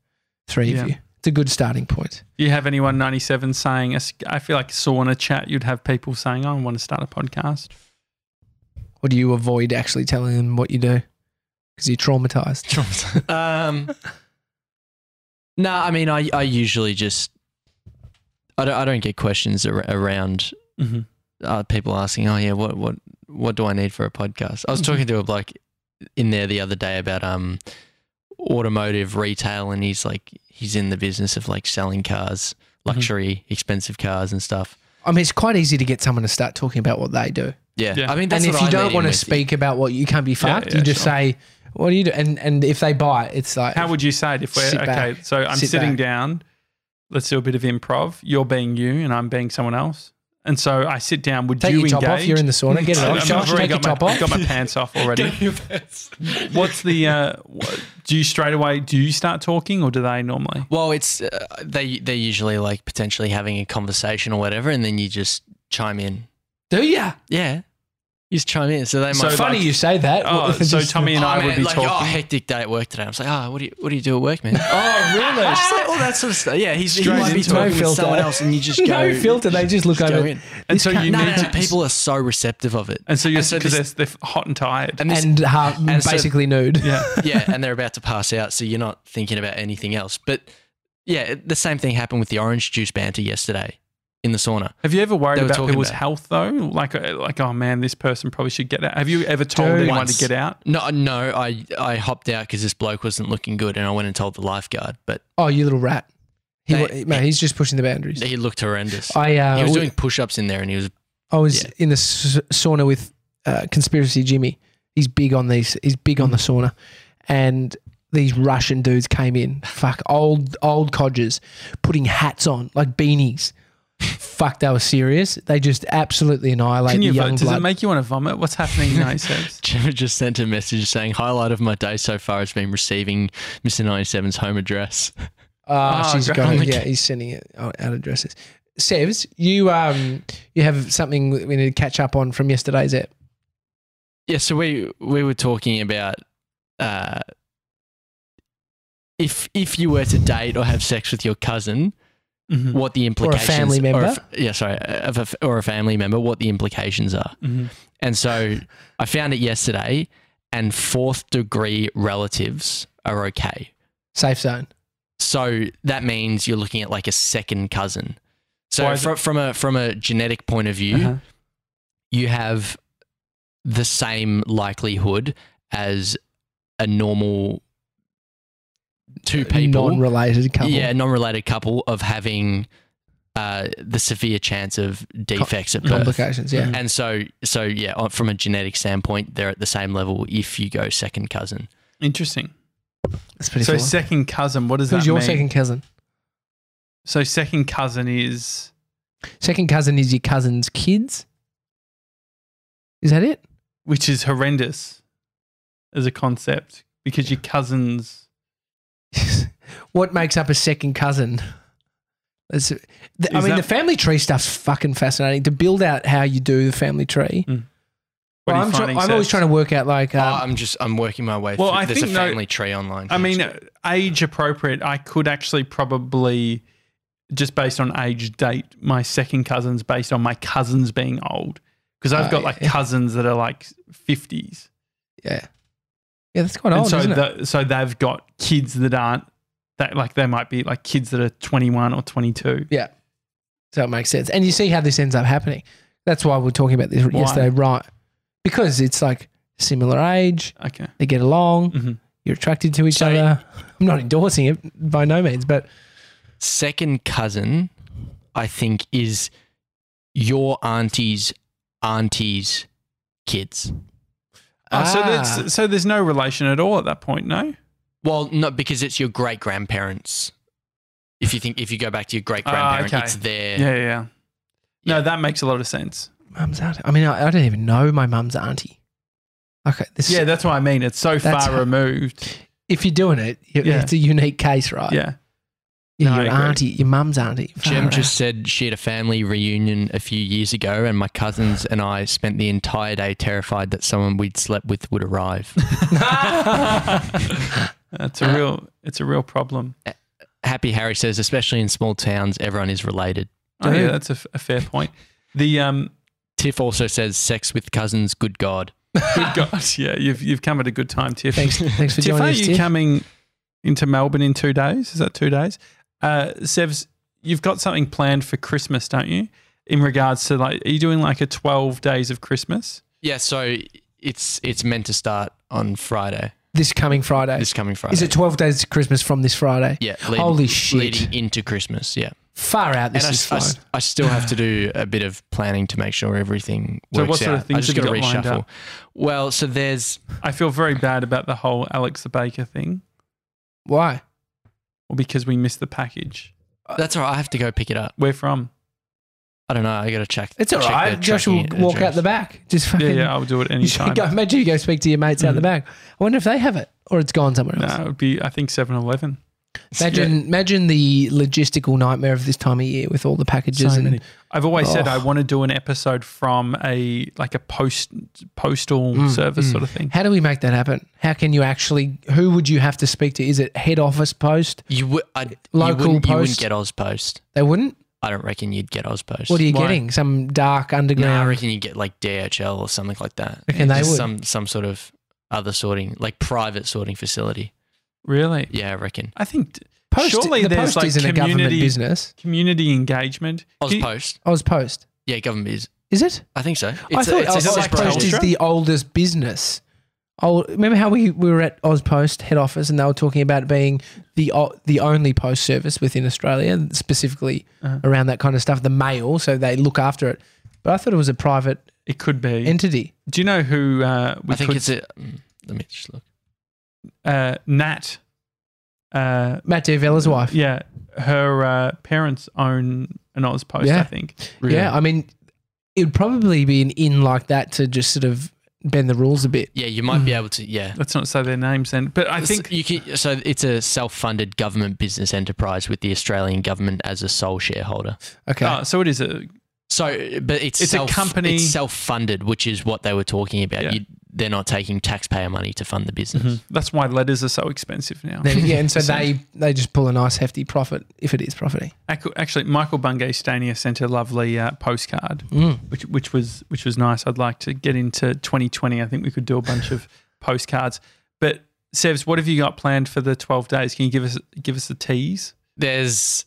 Speaker 2: Three
Speaker 1: Yeah.
Speaker 2: of you. It's a good starting point.
Speaker 1: Do you have anyone 97 saying, I feel like saw in a chat, you'd have people saying, I want to start a podcast.
Speaker 2: Or do you avoid actually telling them what you do? Because you're traumatized.
Speaker 3: Um, no, I mean, I, I usually just I don't I don't get questions ar- around
Speaker 1: Mm-hmm.
Speaker 3: uh, people asking, oh yeah, what what what do I need for a podcast? I was
Speaker 1: Mhm.
Speaker 3: talking to a bloke in there the other day about um automotive retail, and he's like he's in the business of like selling cars,
Speaker 1: Mm-hmm.
Speaker 3: luxury, expensive cars and stuff.
Speaker 2: I mean, it's quite easy to get someone to start talking about what they do.
Speaker 3: Yeah,
Speaker 1: Yeah.
Speaker 3: I mean, that's
Speaker 2: and if
Speaker 3: what
Speaker 2: you
Speaker 3: I
Speaker 2: don't
Speaker 3: lead in
Speaker 2: want to
Speaker 3: with.
Speaker 2: speak about what you can't be
Speaker 1: Yeah,
Speaker 2: fucked,
Speaker 1: yeah,
Speaker 2: you just
Speaker 1: sure.
Speaker 2: say, "What do you do?" And and if they buy, it, it's like
Speaker 1: How would you say it if we're
Speaker 2: Sit
Speaker 1: okay?
Speaker 2: back.
Speaker 1: So I'm
Speaker 2: Sit
Speaker 1: sitting
Speaker 2: back.
Speaker 1: down. Let's do a bit of improv. You're being you, and I'm being someone else. And so I sit down. Would
Speaker 2: take
Speaker 1: you
Speaker 2: your top
Speaker 1: engage?
Speaker 2: off. You're in the sauna. Get it
Speaker 1: I-
Speaker 2: off.
Speaker 1: I've
Speaker 2: Josh,
Speaker 1: already
Speaker 2: take your
Speaker 1: got
Speaker 2: top
Speaker 1: my,
Speaker 2: off.
Speaker 1: Got my pants off already. What's the? Uh, what, do you straight away? Do you start talking, or do they normally?
Speaker 3: Well, it's uh, they they're usually like potentially having a conversation or whatever, and then you just chime in.
Speaker 2: Do ya?
Speaker 3: Yeah, you just chime in. So they might.
Speaker 1: So,
Speaker 2: Funny
Speaker 1: like-
Speaker 2: you say that.
Speaker 1: Oh, so
Speaker 2: Just-
Speaker 1: Tommy and
Speaker 3: Oh,
Speaker 1: I would
Speaker 3: man,
Speaker 1: be
Speaker 3: like,
Speaker 1: talking.
Speaker 3: Oh, hectic day at work today. I was like, oh, what do you what do you do at work, man? oh,
Speaker 1: really?
Speaker 3: just like all that sort of stuff. Yeah, he's he
Speaker 1: Straight
Speaker 3: might be
Speaker 1: into it.
Speaker 3: talking
Speaker 2: No
Speaker 3: with someone
Speaker 2: filter.
Speaker 3: else, and you just go.
Speaker 2: no filter. They just look
Speaker 3: just go
Speaker 2: over.
Speaker 3: in.
Speaker 1: and so you
Speaker 3: No, no,
Speaker 1: need
Speaker 3: no,
Speaker 1: to.
Speaker 3: people are so receptive of it,
Speaker 1: And so you're
Speaker 3: and so
Speaker 1: because
Speaker 3: this-
Speaker 1: they're, they're hot and tired.
Speaker 3: and this,
Speaker 2: and half,
Speaker 3: and so-
Speaker 2: basically nude.
Speaker 1: yeah.
Speaker 3: yeah, and they're about to pass out, so you're not thinking about anything else. But yeah, it- the same thing happened with the orange juice banter yesterday in the sauna.
Speaker 1: Have you ever worried
Speaker 3: They were
Speaker 1: about
Speaker 3: talking
Speaker 1: people's
Speaker 3: about-
Speaker 1: health though? Like, uh, like, oh man, this person probably should get out. Have you ever told
Speaker 2: Dude.
Speaker 1: anyone
Speaker 3: Once.
Speaker 1: to get out?
Speaker 3: No, no, I I hopped out because this bloke wasn't looking good, and I went and told the lifeguard, but
Speaker 2: Oh, you little rat. He,
Speaker 3: Hey,
Speaker 2: wa- man, he's just pushing the boundaries.
Speaker 3: he looked horrendous.
Speaker 2: I uh,
Speaker 3: he was
Speaker 2: w-
Speaker 3: doing push-ups in there, and he was
Speaker 2: I was
Speaker 3: yeah.
Speaker 2: in the s- sauna with uh, conspiracy Jimmy. He's big on these. He's big on the sauna, and these Russian dudes came in. Fuck old old codgers, putting hats on like beanies. Fuck, they were serious. They just absolutely annihilate
Speaker 1: Can
Speaker 2: the
Speaker 1: you?
Speaker 2: young
Speaker 1: Does it
Speaker 2: blood.
Speaker 1: make you want to vomit? What's happening now, Sebs?
Speaker 3: Gemma just sent a message saying, highlight of my day so far has been receiving Mr. 97's home address.
Speaker 2: Ah,
Speaker 1: Ah,
Speaker 2: she's
Speaker 1: great.
Speaker 2: got
Speaker 1: Oh my
Speaker 2: it. Yeah, he's sending it out out addresses. Sevs, you um, you have something we need to catch up on from yesterday's app.
Speaker 3: Yeah, so we we were talking about uh, if if you were to date or have sex with your cousin,
Speaker 1: Mhm,
Speaker 3: what the implications
Speaker 2: family member.
Speaker 3: if- yeah, sorry, of a f or a family member, what the implications are.
Speaker 1: mhm.
Speaker 3: And so I found it yesterday, and fourth degree relatives are okay.
Speaker 2: Safe zone.
Speaker 3: So that means you're looking at like a second cousin.
Speaker 1: Why
Speaker 3: So
Speaker 1: is
Speaker 3: from, from a from a genetic point of view,
Speaker 1: Uh-huh.
Speaker 3: you have the same likelihood as a normal two people.
Speaker 2: non-related couple.
Speaker 3: Yeah, non-related couple of having uh, the severe chance of defects at birth.
Speaker 2: complications. Yeah,
Speaker 1: Mhm.
Speaker 3: And so, so yeah, on- from a genetic standpoint, they're at the same level if you go second
Speaker 1: Um,
Speaker 3: cousin.
Speaker 1: Interesting.
Speaker 2: that's pretty.
Speaker 1: so
Speaker 2: cool.
Speaker 1: second cousin, what does
Speaker 2: Who's
Speaker 1: that
Speaker 2: your
Speaker 1: mean?
Speaker 2: second cousin?
Speaker 1: so second cousin is
Speaker 2: Second cousin is your cousin's kids. Is that it?
Speaker 1: which is horrendous as a concept because your cousins
Speaker 2: what makes up a second cousin? It's- the- I
Speaker 1: Is
Speaker 2: mean,
Speaker 1: that-
Speaker 2: the family tree stuff's fucking fascinating. To build out how you do the family tree.
Speaker 1: what
Speaker 2: Well,
Speaker 1: are you
Speaker 2: I'm, try-
Speaker 1: finding,
Speaker 2: I'm always
Speaker 1: Sebs?
Speaker 2: trying to work out like
Speaker 3: Oh,
Speaker 2: um,
Speaker 3: I'm just I'm working my way.
Speaker 1: Well,
Speaker 3: through.
Speaker 1: I
Speaker 3: There's
Speaker 1: think
Speaker 3: a
Speaker 1: no-
Speaker 3: family tree online.
Speaker 1: I mean, age appropriate. I could actually probably just based on age date my second cousins based on my cousins being old because I've
Speaker 2: Oh,
Speaker 1: got
Speaker 2: yeah,
Speaker 1: like
Speaker 2: yeah.
Speaker 1: cousins that are like fifties,
Speaker 2: yeah, yeah. That's quite
Speaker 1: and
Speaker 2: old,
Speaker 1: so
Speaker 2: isn't it?
Speaker 1: the, so they've got kids that aren't that like they might be like kids that are twenty one or twenty two.
Speaker 2: So it makes sense. And you see how this ends up happening. That's why we we're talking about this
Speaker 1: Why?
Speaker 2: yesterday, right? Because it's like similar age,
Speaker 1: Okay.
Speaker 2: they get along.
Speaker 1: hmm
Speaker 2: you're attracted to each
Speaker 3: So-
Speaker 2: other. I'm not endorsing it by no means, but
Speaker 3: second cousin, I think, is your auntie's auntie's kids.
Speaker 1: Oh, so,
Speaker 2: Ah.
Speaker 1: that's, so there's no relation at all at that point, no?
Speaker 3: Well, not because it's your great grandparents. If you think if you go back to your great grandparent,
Speaker 1: Ah, okay.
Speaker 3: it's their
Speaker 1: Yeah, yeah. yeah. No,
Speaker 3: Yeah.
Speaker 1: that makes a lot of sense.
Speaker 2: mum's auntie. I mean, I, I don't even know my mum's auntie. Okay, this
Speaker 1: Yeah, that's what I mean. It's so
Speaker 2: That's-
Speaker 1: far removed.
Speaker 2: if you're doing it, you-
Speaker 1: Yeah.
Speaker 2: it's a unique case, right?
Speaker 1: Yeah.
Speaker 2: Yeah,
Speaker 1: No, I
Speaker 2: your
Speaker 1: agree.
Speaker 2: auntie, your mum's auntie.
Speaker 3: Jem
Speaker 2: Far
Speaker 3: just said she had a family reunion a few years ago, and my cousins and I spent the entire day terrified that someone we'd slept with would arrive.
Speaker 1: It's
Speaker 2: Uh,
Speaker 1: a real, it's a real problem.
Speaker 3: Happy Harry says, especially in small towns, everyone is related.
Speaker 1: Oh, yeah,
Speaker 2: Dude.
Speaker 1: that's a, f- a fair point. The um,
Speaker 3: Tiff also says, sex with cousins, good God.
Speaker 1: good God, yeah, you've you've come at a good time, Tiff.
Speaker 2: Thanks, thanks for
Speaker 1: Tiff,
Speaker 2: joining
Speaker 1: are
Speaker 2: us,
Speaker 1: you
Speaker 2: Tiff.
Speaker 1: coming into Melbourne in two days? Is that two days? Uh, Sevs, you've got something planned for Christmas, don't you? In regards to like, are you doing like a twelve days of Christmas?
Speaker 3: Yeah, so it's it's meant to start on Friday,
Speaker 2: this coming Friday.
Speaker 3: this coming Friday.
Speaker 2: Is it 12 days to Christmas from this Friday?
Speaker 3: Yeah, lead-
Speaker 2: Holy shit.
Speaker 3: Leading into Christmas, yeah.
Speaker 2: Far out, this
Speaker 3: and I
Speaker 2: is
Speaker 3: s- I,
Speaker 2: fine.
Speaker 3: s- I still have to do a bit of planning to make sure everything
Speaker 1: So
Speaker 3: works
Speaker 1: what sort
Speaker 3: out.
Speaker 1: of things
Speaker 3: I just
Speaker 1: have
Speaker 3: got to
Speaker 1: you got lined
Speaker 3: reshuffle.
Speaker 1: up?
Speaker 3: Well, so there's
Speaker 1: I feel very bad about the whole Alex the Baker thing,
Speaker 2: Why?
Speaker 1: or because we missed the package.
Speaker 3: that's all right. I have to go pick it up.
Speaker 1: Where from?
Speaker 3: I don't know. I got to check.
Speaker 2: It's all
Speaker 3: check
Speaker 2: right.
Speaker 3: their
Speaker 2: Josh will
Speaker 3: tracking
Speaker 2: walk out
Speaker 3: address.
Speaker 2: the back. Just fucking.
Speaker 1: Yeah, yeah, I'll do it
Speaker 2: you should
Speaker 1: anytime.
Speaker 2: go, imagine you go speak to your mates out the back. I wonder if they have it or it's gone somewhere
Speaker 1: Mm. No,
Speaker 2: else.
Speaker 1: it would be I think Seven Eleven.
Speaker 2: Imagine, imagine the logistical nightmare of this time of year with all the packages
Speaker 1: So
Speaker 2: and
Speaker 1: many. I've always said
Speaker 2: Oh.
Speaker 1: I want to do an episode from a like a post postal service sort of thing.
Speaker 2: Mm, How do we make that happen? How can you actually? Who would you have to speak to? Is it head office post?
Speaker 3: You would. I,
Speaker 2: Local
Speaker 3: you wouldn't, You
Speaker 2: post.
Speaker 3: wouldn't get Ozpost.
Speaker 2: They wouldn't.
Speaker 3: I don't reckon you'd get Ozpost.
Speaker 2: What are you
Speaker 1: Why?
Speaker 2: getting? Some dark
Speaker 3: No, I
Speaker 2: underground.
Speaker 3: reckon you get like DHL or something like that.
Speaker 2: Reckon they
Speaker 3: Just
Speaker 2: would.
Speaker 3: Some some sort of other sorting, like private sorting facility.
Speaker 1: Really?
Speaker 3: Yeah, I reckon
Speaker 1: I think
Speaker 2: post,
Speaker 1: surely
Speaker 2: the
Speaker 1: there's
Speaker 2: post
Speaker 1: like
Speaker 2: isn't a government
Speaker 1: community-
Speaker 2: business.
Speaker 1: community engagement. Do you-
Speaker 3: Ozpost.
Speaker 2: Oz Post.
Speaker 3: Yeah, government is.
Speaker 2: Is it?
Speaker 3: I think so. It's
Speaker 2: I
Speaker 3: a-
Speaker 2: thought
Speaker 3: it's a
Speaker 1: Oz-
Speaker 3: separate
Speaker 1: Ozpost
Speaker 2: Ozpost
Speaker 3: entity.
Speaker 2: is the oldest business. Oh, remember how we, we were at Ozpost head office and they were talking about it being the o- the only post service within Australia, specifically
Speaker 3: Uh-huh.
Speaker 2: around that kind of stuff, the mail. So they look after it. But I thought it was a private
Speaker 1: It could be.
Speaker 2: entity.
Speaker 1: do you know who uh, we
Speaker 3: I think
Speaker 1: could,
Speaker 3: it's a. mm, Let me just look.
Speaker 1: uh, Nat? Uh,
Speaker 2: Matt DiVella's wife.
Speaker 1: yeah, her uh, parents own an Oz Post. I
Speaker 2: Yeah.
Speaker 1: think.
Speaker 2: Yeah, I mean, it would probably be an in like that to just sort of bend the rules a bit.
Speaker 3: Yeah, you might be able to. Yeah.
Speaker 1: Let's not say their names then. But Hmm. I think
Speaker 3: you can. So it's a self-funded government business enterprise with the Australian government as a sole shareholder.
Speaker 2: Okay.
Speaker 1: Oh, so it is a
Speaker 3: So, but it's
Speaker 1: It's a
Speaker 3: self,
Speaker 1: company-
Speaker 3: It's self-funded, which is what they were talking about.
Speaker 1: Yeah.
Speaker 3: You, they're not taking taxpayer money to fund the business.
Speaker 1: that's why letters are so expensive now.
Speaker 2: Then- yeah, and so Mm-hmm. they they just pull a nice hefty profit if it is profiting.
Speaker 1: Ac- Actually, Michael Bungay Stania sent a lovely uh, postcard,
Speaker 2: Mm.
Speaker 1: which which was which was nice. I'd like to get into 2020. I think we could do a bunch of postcards. But Sevs, what have you got planned for the 12 days? Can you give us give us a tease?
Speaker 3: There's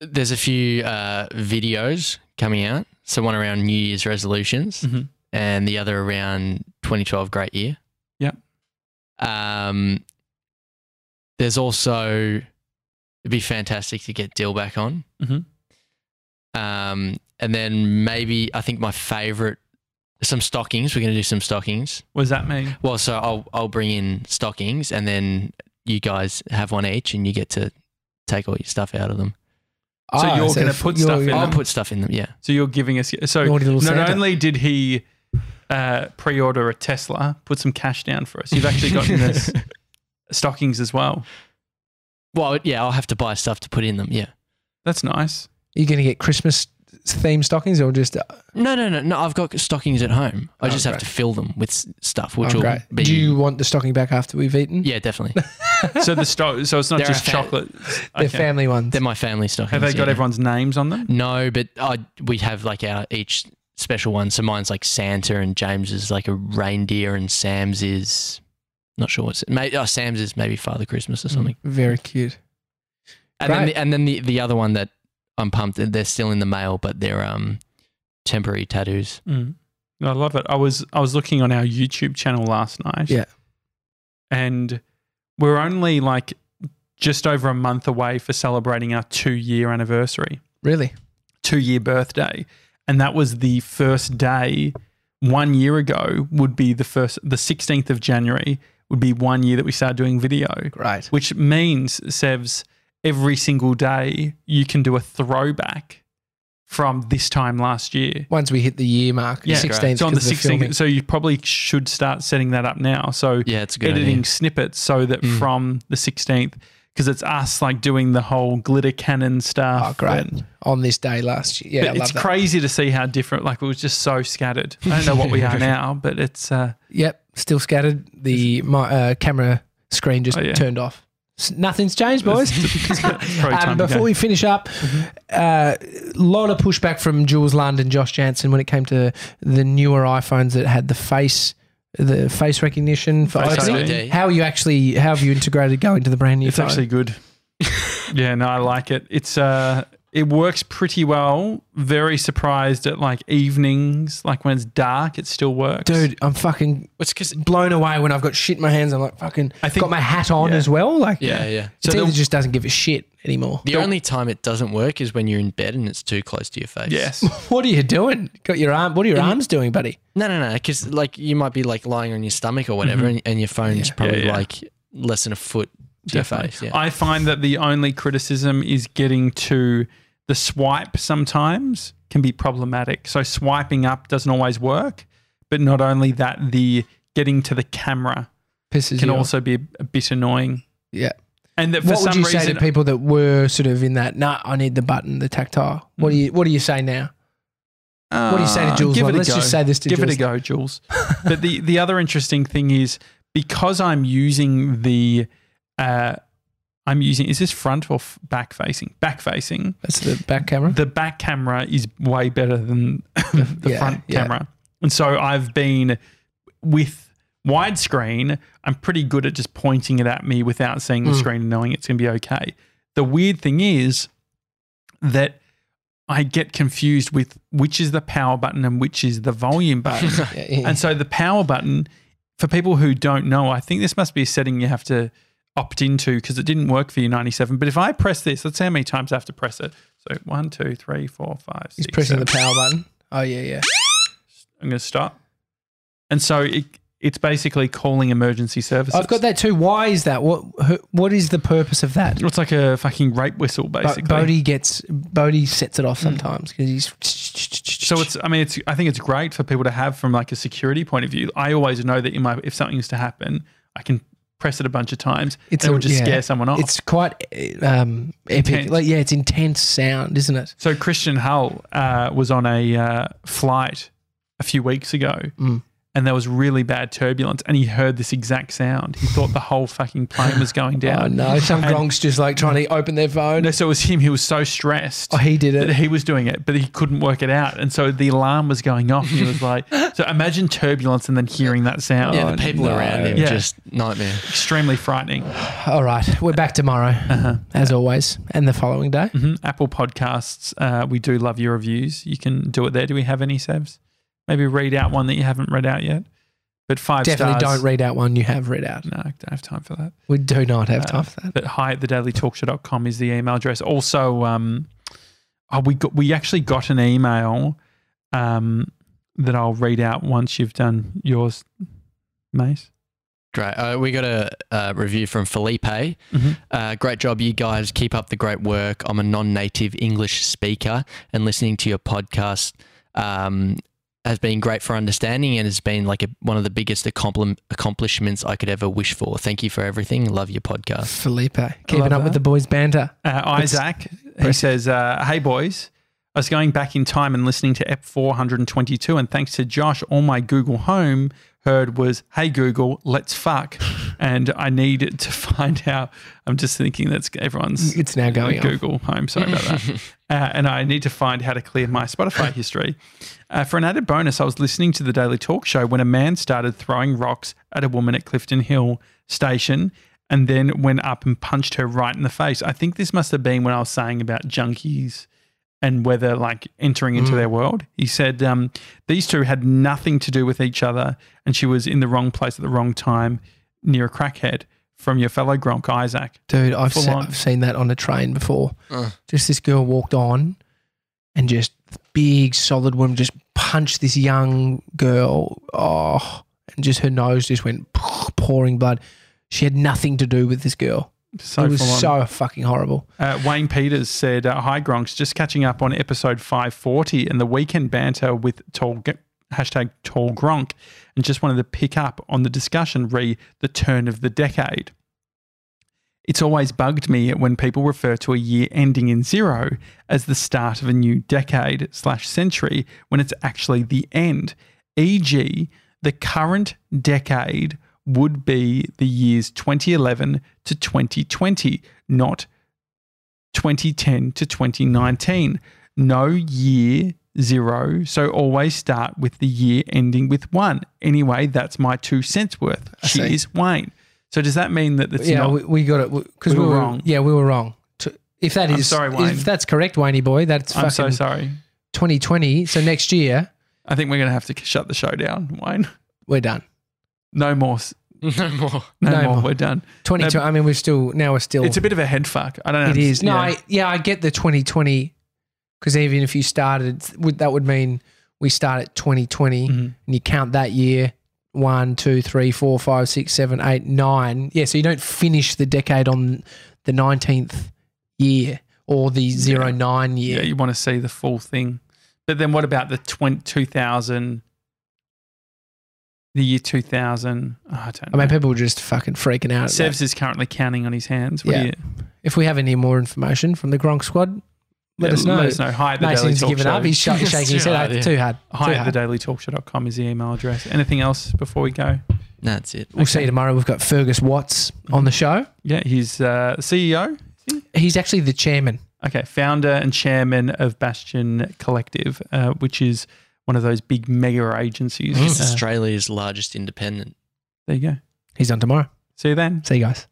Speaker 3: there's a few uh, videos coming out. So one around New Year's resolutions,
Speaker 2: Mm-hmm.
Speaker 1: Mhm.
Speaker 3: and the other around 2012 Great Year.
Speaker 1: Yep.
Speaker 3: Um. There's also it'd be fantastic to get Dill back on.
Speaker 1: Mhm.
Speaker 3: Um, and then maybe I think my favorite some stockings. We're gonna do some stockings.
Speaker 1: What does that mean?
Speaker 3: Well, so I'll I'll bring in stockings, and then you guys have one each, and you get to take all your stuff out of them.
Speaker 1: So you're gonna
Speaker 2: Ah, if
Speaker 1: put stuff in
Speaker 3: I'll
Speaker 1: them.
Speaker 3: put stuff in them. Yeah.
Speaker 1: So you're giving us so
Speaker 2: Naughty little
Speaker 1: not
Speaker 2: Santa.
Speaker 1: only did he uh, pre-order a Tesla, put some cash down for us. You've actually gotten us stockings as well.
Speaker 3: Well, yeah, I'll have to buy stuff to put in them. Yeah.
Speaker 1: That's nice.
Speaker 2: Are you going to get Christmas themed stockings or just.
Speaker 3: No, no, no, no. I've got stockings at home. I
Speaker 2: Oh,
Speaker 3: just have
Speaker 2: great.
Speaker 3: to fill them with s- stuff, which
Speaker 2: Oh,
Speaker 3: will
Speaker 2: great.
Speaker 3: be.
Speaker 2: Do you want the stocking back after we've eaten?
Speaker 3: yeah, definitely.
Speaker 1: So the sto- so it's not
Speaker 3: They're
Speaker 1: just
Speaker 3: a fa-
Speaker 1: chocolate.
Speaker 2: They're family ones.
Speaker 3: They're my family stockings.
Speaker 1: Have they got
Speaker 3: yeah.
Speaker 1: everyone's names on them?
Speaker 3: No, but I we have like our each special one. So mine's like Santa, and James is like a reindeer, and Sam's is not sure what's may Oh, Sam's is maybe Father Christmas
Speaker 1: Mm.
Speaker 3: or something.
Speaker 2: Mm, Very cute.
Speaker 3: And then
Speaker 2: Great.
Speaker 3: the, and then the, the other one that I'm pumped. They're still in the mail, but they're um temporary tattoos.
Speaker 1: Mm. No, I love it. I was I was looking on our YouTube channel last night.
Speaker 2: Yeah.
Speaker 1: And we're only like just over a month away for celebrating our two year anniversary,
Speaker 2: Really?
Speaker 1: two year birthday. And that was the first day one year ago would be the first the sixteenth of January would be one year that we started doing video.
Speaker 2: Great.
Speaker 1: Which means, Sevs, every single day you can do a throwback from this time last year.
Speaker 2: Once we hit the year mark,
Speaker 1: Yeah,
Speaker 2: 16th.
Speaker 1: So on the 16th,
Speaker 2: 16th.
Speaker 1: so you probably should start setting that up now. So
Speaker 3: Yeah, it's a good.
Speaker 1: editing
Speaker 3: Editing.
Speaker 1: snippets so that
Speaker 3: Mm.
Speaker 1: from the 16th, because it's us like doing the whole glitter cannon stuff.
Speaker 2: Oh, great.
Speaker 1: and-
Speaker 2: On this day last year. Yeah, I
Speaker 1: but
Speaker 2: love
Speaker 1: it's
Speaker 2: that.
Speaker 1: crazy to see how different. Like it was just so scattered. I don't know what we are now, but it's uh,
Speaker 2: Yep, still scattered. The my, uh, camera screen just
Speaker 1: Oh, yeah.
Speaker 2: turned off. S- Nothing's changed, boys.
Speaker 1: it's pro
Speaker 2: Um,
Speaker 1: time to
Speaker 2: before
Speaker 1: go. Mm-hmm.
Speaker 2: we finish up, a lot of pushback from Jules Lund and Josh Jansen when it came to the newer iPhones that had the face, the face recognition for
Speaker 1: Face
Speaker 2: opening.
Speaker 1: ID.
Speaker 2: How are you actually? How have you integrated going to the brand new
Speaker 1: It's
Speaker 2: phone?
Speaker 1: actually good. yeah, no, I like it. It's uh it works pretty well. Very surprised at like evenings, like when it's dark, it still works.
Speaker 2: Dude, I'm fucking
Speaker 3: It's because
Speaker 2: blown away when I've got shit in my hands. I'm like fucking.
Speaker 1: I think-
Speaker 2: got my hat on
Speaker 1: yeah.
Speaker 2: as well. Like,
Speaker 3: yeah, yeah.
Speaker 2: it
Speaker 1: So
Speaker 2: either
Speaker 1: the-
Speaker 2: just doesn't give a shit anymore.
Speaker 3: The only time it doesn't work is when you're in bed and it's too close to your face.
Speaker 1: Yes.
Speaker 2: What are you doing? Got your arm? What are your arms doing, buddy?
Speaker 3: No, no, no. Because like you might be like lying on your stomach or whatever, and, and your phone's probably
Speaker 1: Mm-hmm. yeah.
Speaker 3: like less than a foot to
Speaker 1: Definitely.
Speaker 3: your face. Yeah.
Speaker 1: I find that the only criticism is getting to the swipe sometimes can be problematic. So swiping up doesn't always work. But not only that, the getting to the camera
Speaker 2: Pisses
Speaker 1: can
Speaker 2: you off.
Speaker 1: also be a bit annoying.
Speaker 2: Yeah.
Speaker 1: And that for
Speaker 2: What
Speaker 1: some
Speaker 2: would you
Speaker 1: reason
Speaker 2: say to people that were sort of in that? Nah, I need the button, the tactile. What do you What do you say now? What do you say to
Speaker 1: Uh,
Speaker 2: Jules?
Speaker 1: give
Speaker 2: Well,
Speaker 1: it a
Speaker 2: let's
Speaker 1: go.
Speaker 2: just say this to
Speaker 1: give
Speaker 2: Jules.
Speaker 1: it a go, Jules. but the the other interesting thing is because I'm using the uh, I'm using is this front or f- back facing? Back facing.
Speaker 2: That's the back camera.
Speaker 1: The back camera is way better than the
Speaker 2: yeah,
Speaker 1: front
Speaker 2: yeah.
Speaker 1: camera, and so I've been with widescreen. I'm pretty good at just pointing it at me without seeing
Speaker 2: Hmm.
Speaker 1: the screen and knowing it's going to be okay. The weird thing is that I get confused with which is the power button and which is the volume button.
Speaker 2: Yeah, yeah.
Speaker 1: And so the power button, for people who don't know, I think this must be a setting you have to opt into because it didn't work for you 97. But if I press this, let's see how many times I have to press it. So one, two, three, four, five,
Speaker 2: He's
Speaker 1: six,
Speaker 2: pressing
Speaker 1: seven.
Speaker 2: the power button. Oh yeah, yeah.
Speaker 1: I'm going to stop. And so it, it's basically calling emergency services.
Speaker 2: I've got that too. Why is that? What who- What is the purpose of that?
Speaker 1: It's like a fucking rape whistle,
Speaker 2: Bo-
Speaker 1: basically. Hmm.
Speaker 2: Bodhi gets Bodhi sets it off sometimes because he's
Speaker 1: So it's, I mean, it's, I think it's great for people to have from like a security point of view. I always know that in my, if something is to happen, I can press it a bunch of times.
Speaker 2: It's
Speaker 1: and it
Speaker 2: a-
Speaker 1: will just
Speaker 2: yeah.
Speaker 1: scare someone off.
Speaker 2: it's quite um, epic.
Speaker 1: Intense.
Speaker 2: Like yeah, it's intense sound, isn't it?
Speaker 1: so Christian Hull uh, was on a uh, flight a few weeks ago, and there was really bad turbulence, and he heard this exact sound. He thought the whole fucking plane was going
Speaker 2: Oh
Speaker 1: down.
Speaker 2: no, some gronks just like trying to open their phone.
Speaker 1: no, so it was him. He was so stressed.
Speaker 2: Oh, he did
Speaker 1: that
Speaker 2: it.
Speaker 1: he was doing it, but he couldn't work it out. And so the alarm was going off. And he was like, so imagine turbulence and then hearing that sound.
Speaker 3: yeah, the people around him
Speaker 1: Yeah.
Speaker 3: just nightmare.
Speaker 1: Extremely frightening.
Speaker 2: All right, we're back tomorrow, as always, and the following day.
Speaker 1: Mhm. Apple Podcasts, uh, we do love your reviews. You can do it there. Do we have any, Sebs? Maybe read out one that you haven't read out yet. But five
Speaker 2: Definitely
Speaker 1: stars.
Speaker 2: don't read out one you have read out.
Speaker 1: No, I don't have time for that.
Speaker 2: We do not have
Speaker 1: Uh,
Speaker 2: time for that.
Speaker 1: But hi at thedailytalkshow.com is the email address. Also, um, oh, we got, we actually got an email um, that I'll read out once you've done yours, Mace.
Speaker 3: Great. Uh, we got a uh, review from Felipe.
Speaker 1: Mhm.
Speaker 3: Uh, great job, you guys. Keep up the great work. I'm a non native English speaker, and listening to your podcast um, has been great for understanding and has been like a, one of the biggest accompli- accomplishments I could ever wish for. Thank you for everything. Love your podcast.
Speaker 2: Felipe, keeping up
Speaker 1: that.
Speaker 2: with the boys' banter.
Speaker 1: Uh, Isaac, he says, uh, Hey, boys. I was going back in time and listening to EP 422, and thanks to Josh, all my Google Home heard was, Hey, Google, let's fuck. and I need to find out. I'm just thinking that's everyone's
Speaker 2: It's now going on.
Speaker 1: Google Home. Sorry about that. uh, and I need to find how to clear my Spotify history. Uh, for an added bonus, I was listening to the Daily Talk Show when a man started throwing rocks at a woman at Clifton Hill Station and then went up and punched her right in the face. I think this must have been when I was saying about junkies and whether like entering into
Speaker 2: Mm.
Speaker 1: their world. He said um, these two had nothing to do with each other and she was in the wrong place at the wrong time near a crackhead from your fellow Gronk Isaac.
Speaker 2: Dude, I've,
Speaker 1: Full
Speaker 2: se-
Speaker 1: on.
Speaker 2: I've seen that on a train before.
Speaker 3: Uh.
Speaker 2: Just this girl walked on and just big solid woman just punched this young girl. Oh, and just her nose just went pouring blood. She had nothing to do with this girl.
Speaker 1: So
Speaker 2: it was
Speaker 1: full on.
Speaker 2: so fucking horrible.
Speaker 1: Uh, Wayne Peters said, uh, "Hi Gronks, just catching up on episode 540 and the weekend banter with Tall G- hashtag Tall Gronk, and just wanted to pick up on the discussion re the turn of the decade. It's always bugged me when people refer to a year ending in zero as the start of a new decade slash century when it's actually the end. E.g., the current decade would be the years 2011 to 2020, not 2010 to 2019. No year zero. So always start with the year ending with one. Anyway, that's my two cents worth.
Speaker 2: I see.
Speaker 1: Cheers, Wayne. So does that mean that it's
Speaker 2: yeah,
Speaker 1: not?
Speaker 2: we, we got it because
Speaker 1: We
Speaker 2: we,
Speaker 1: were
Speaker 2: were
Speaker 1: wrong.
Speaker 2: Yeah, we were wrong. To- If that is,
Speaker 1: I'm sorry, Wayne.
Speaker 2: if that's correct, Wayne boy, that's
Speaker 1: I'm so
Speaker 2: fucking
Speaker 1: sorry.
Speaker 2: 2020. So next year
Speaker 1: I think we're going to have to k- shut the show down, Wayne.
Speaker 2: we're done.
Speaker 1: No more. s-
Speaker 3: no more.
Speaker 1: No,
Speaker 2: No
Speaker 1: more.
Speaker 2: more.
Speaker 1: We're done.
Speaker 2: 2020. I mean, we're still now we're still.
Speaker 1: It's a bit of a head fuck. I don't know.
Speaker 2: it is. No,
Speaker 1: Yeah.
Speaker 2: I, yeah, I get the 2020 because even if you started, would that would mean we start at 2020
Speaker 1: Mhm.
Speaker 2: and you count that year one, two, three, four, five, six, seven, eight, nine. Yeah, so you don't finish the decade on the 19th year or the zero nine
Speaker 1: yeah,
Speaker 2: year.
Speaker 1: you want to see the full thing. But then what about the 20, 2000, the year 2000? Oh, I don't
Speaker 2: I
Speaker 1: know.
Speaker 2: mean, people are just fucking freaking out. at that.
Speaker 1: Sevs is currently counting on his hands. What do
Speaker 2: Yeah.
Speaker 1: you-
Speaker 2: If we have any more information from the Gronk squad, let
Speaker 1: yeah,
Speaker 2: us know.
Speaker 1: Let us know. Hi at the Daily
Speaker 2: Mason's
Speaker 1: Talk
Speaker 2: given
Speaker 1: Show.
Speaker 2: up. He's sh-
Speaker 3: It's
Speaker 2: shaking his
Speaker 3: too
Speaker 2: head.
Speaker 3: hard,
Speaker 2: "Oh,
Speaker 3: yeah.
Speaker 2: Too hard.
Speaker 1: Hi
Speaker 2: too
Speaker 1: at
Speaker 2: hard.
Speaker 1: the dailytalkshow.com is the email address. Anything else before we go?
Speaker 3: That's it.
Speaker 2: We'll see you tomorrow. We've got Fergus Watts on the show.
Speaker 1: Yeah, he's uh, CEO.
Speaker 2: He's actually the chairman.
Speaker 1: Okay, founder and chairman of Bastion Collective, uh, which is one of those big mega agencies.
Speaker 3: It's
Speaker 1: Uh,
Speaker 3: Australia's largest independent.
Speaker 1: there you go.
Speaker 2: He's on tomorrow.
Speaker 1: See you then.
Speaker 2: See you guys.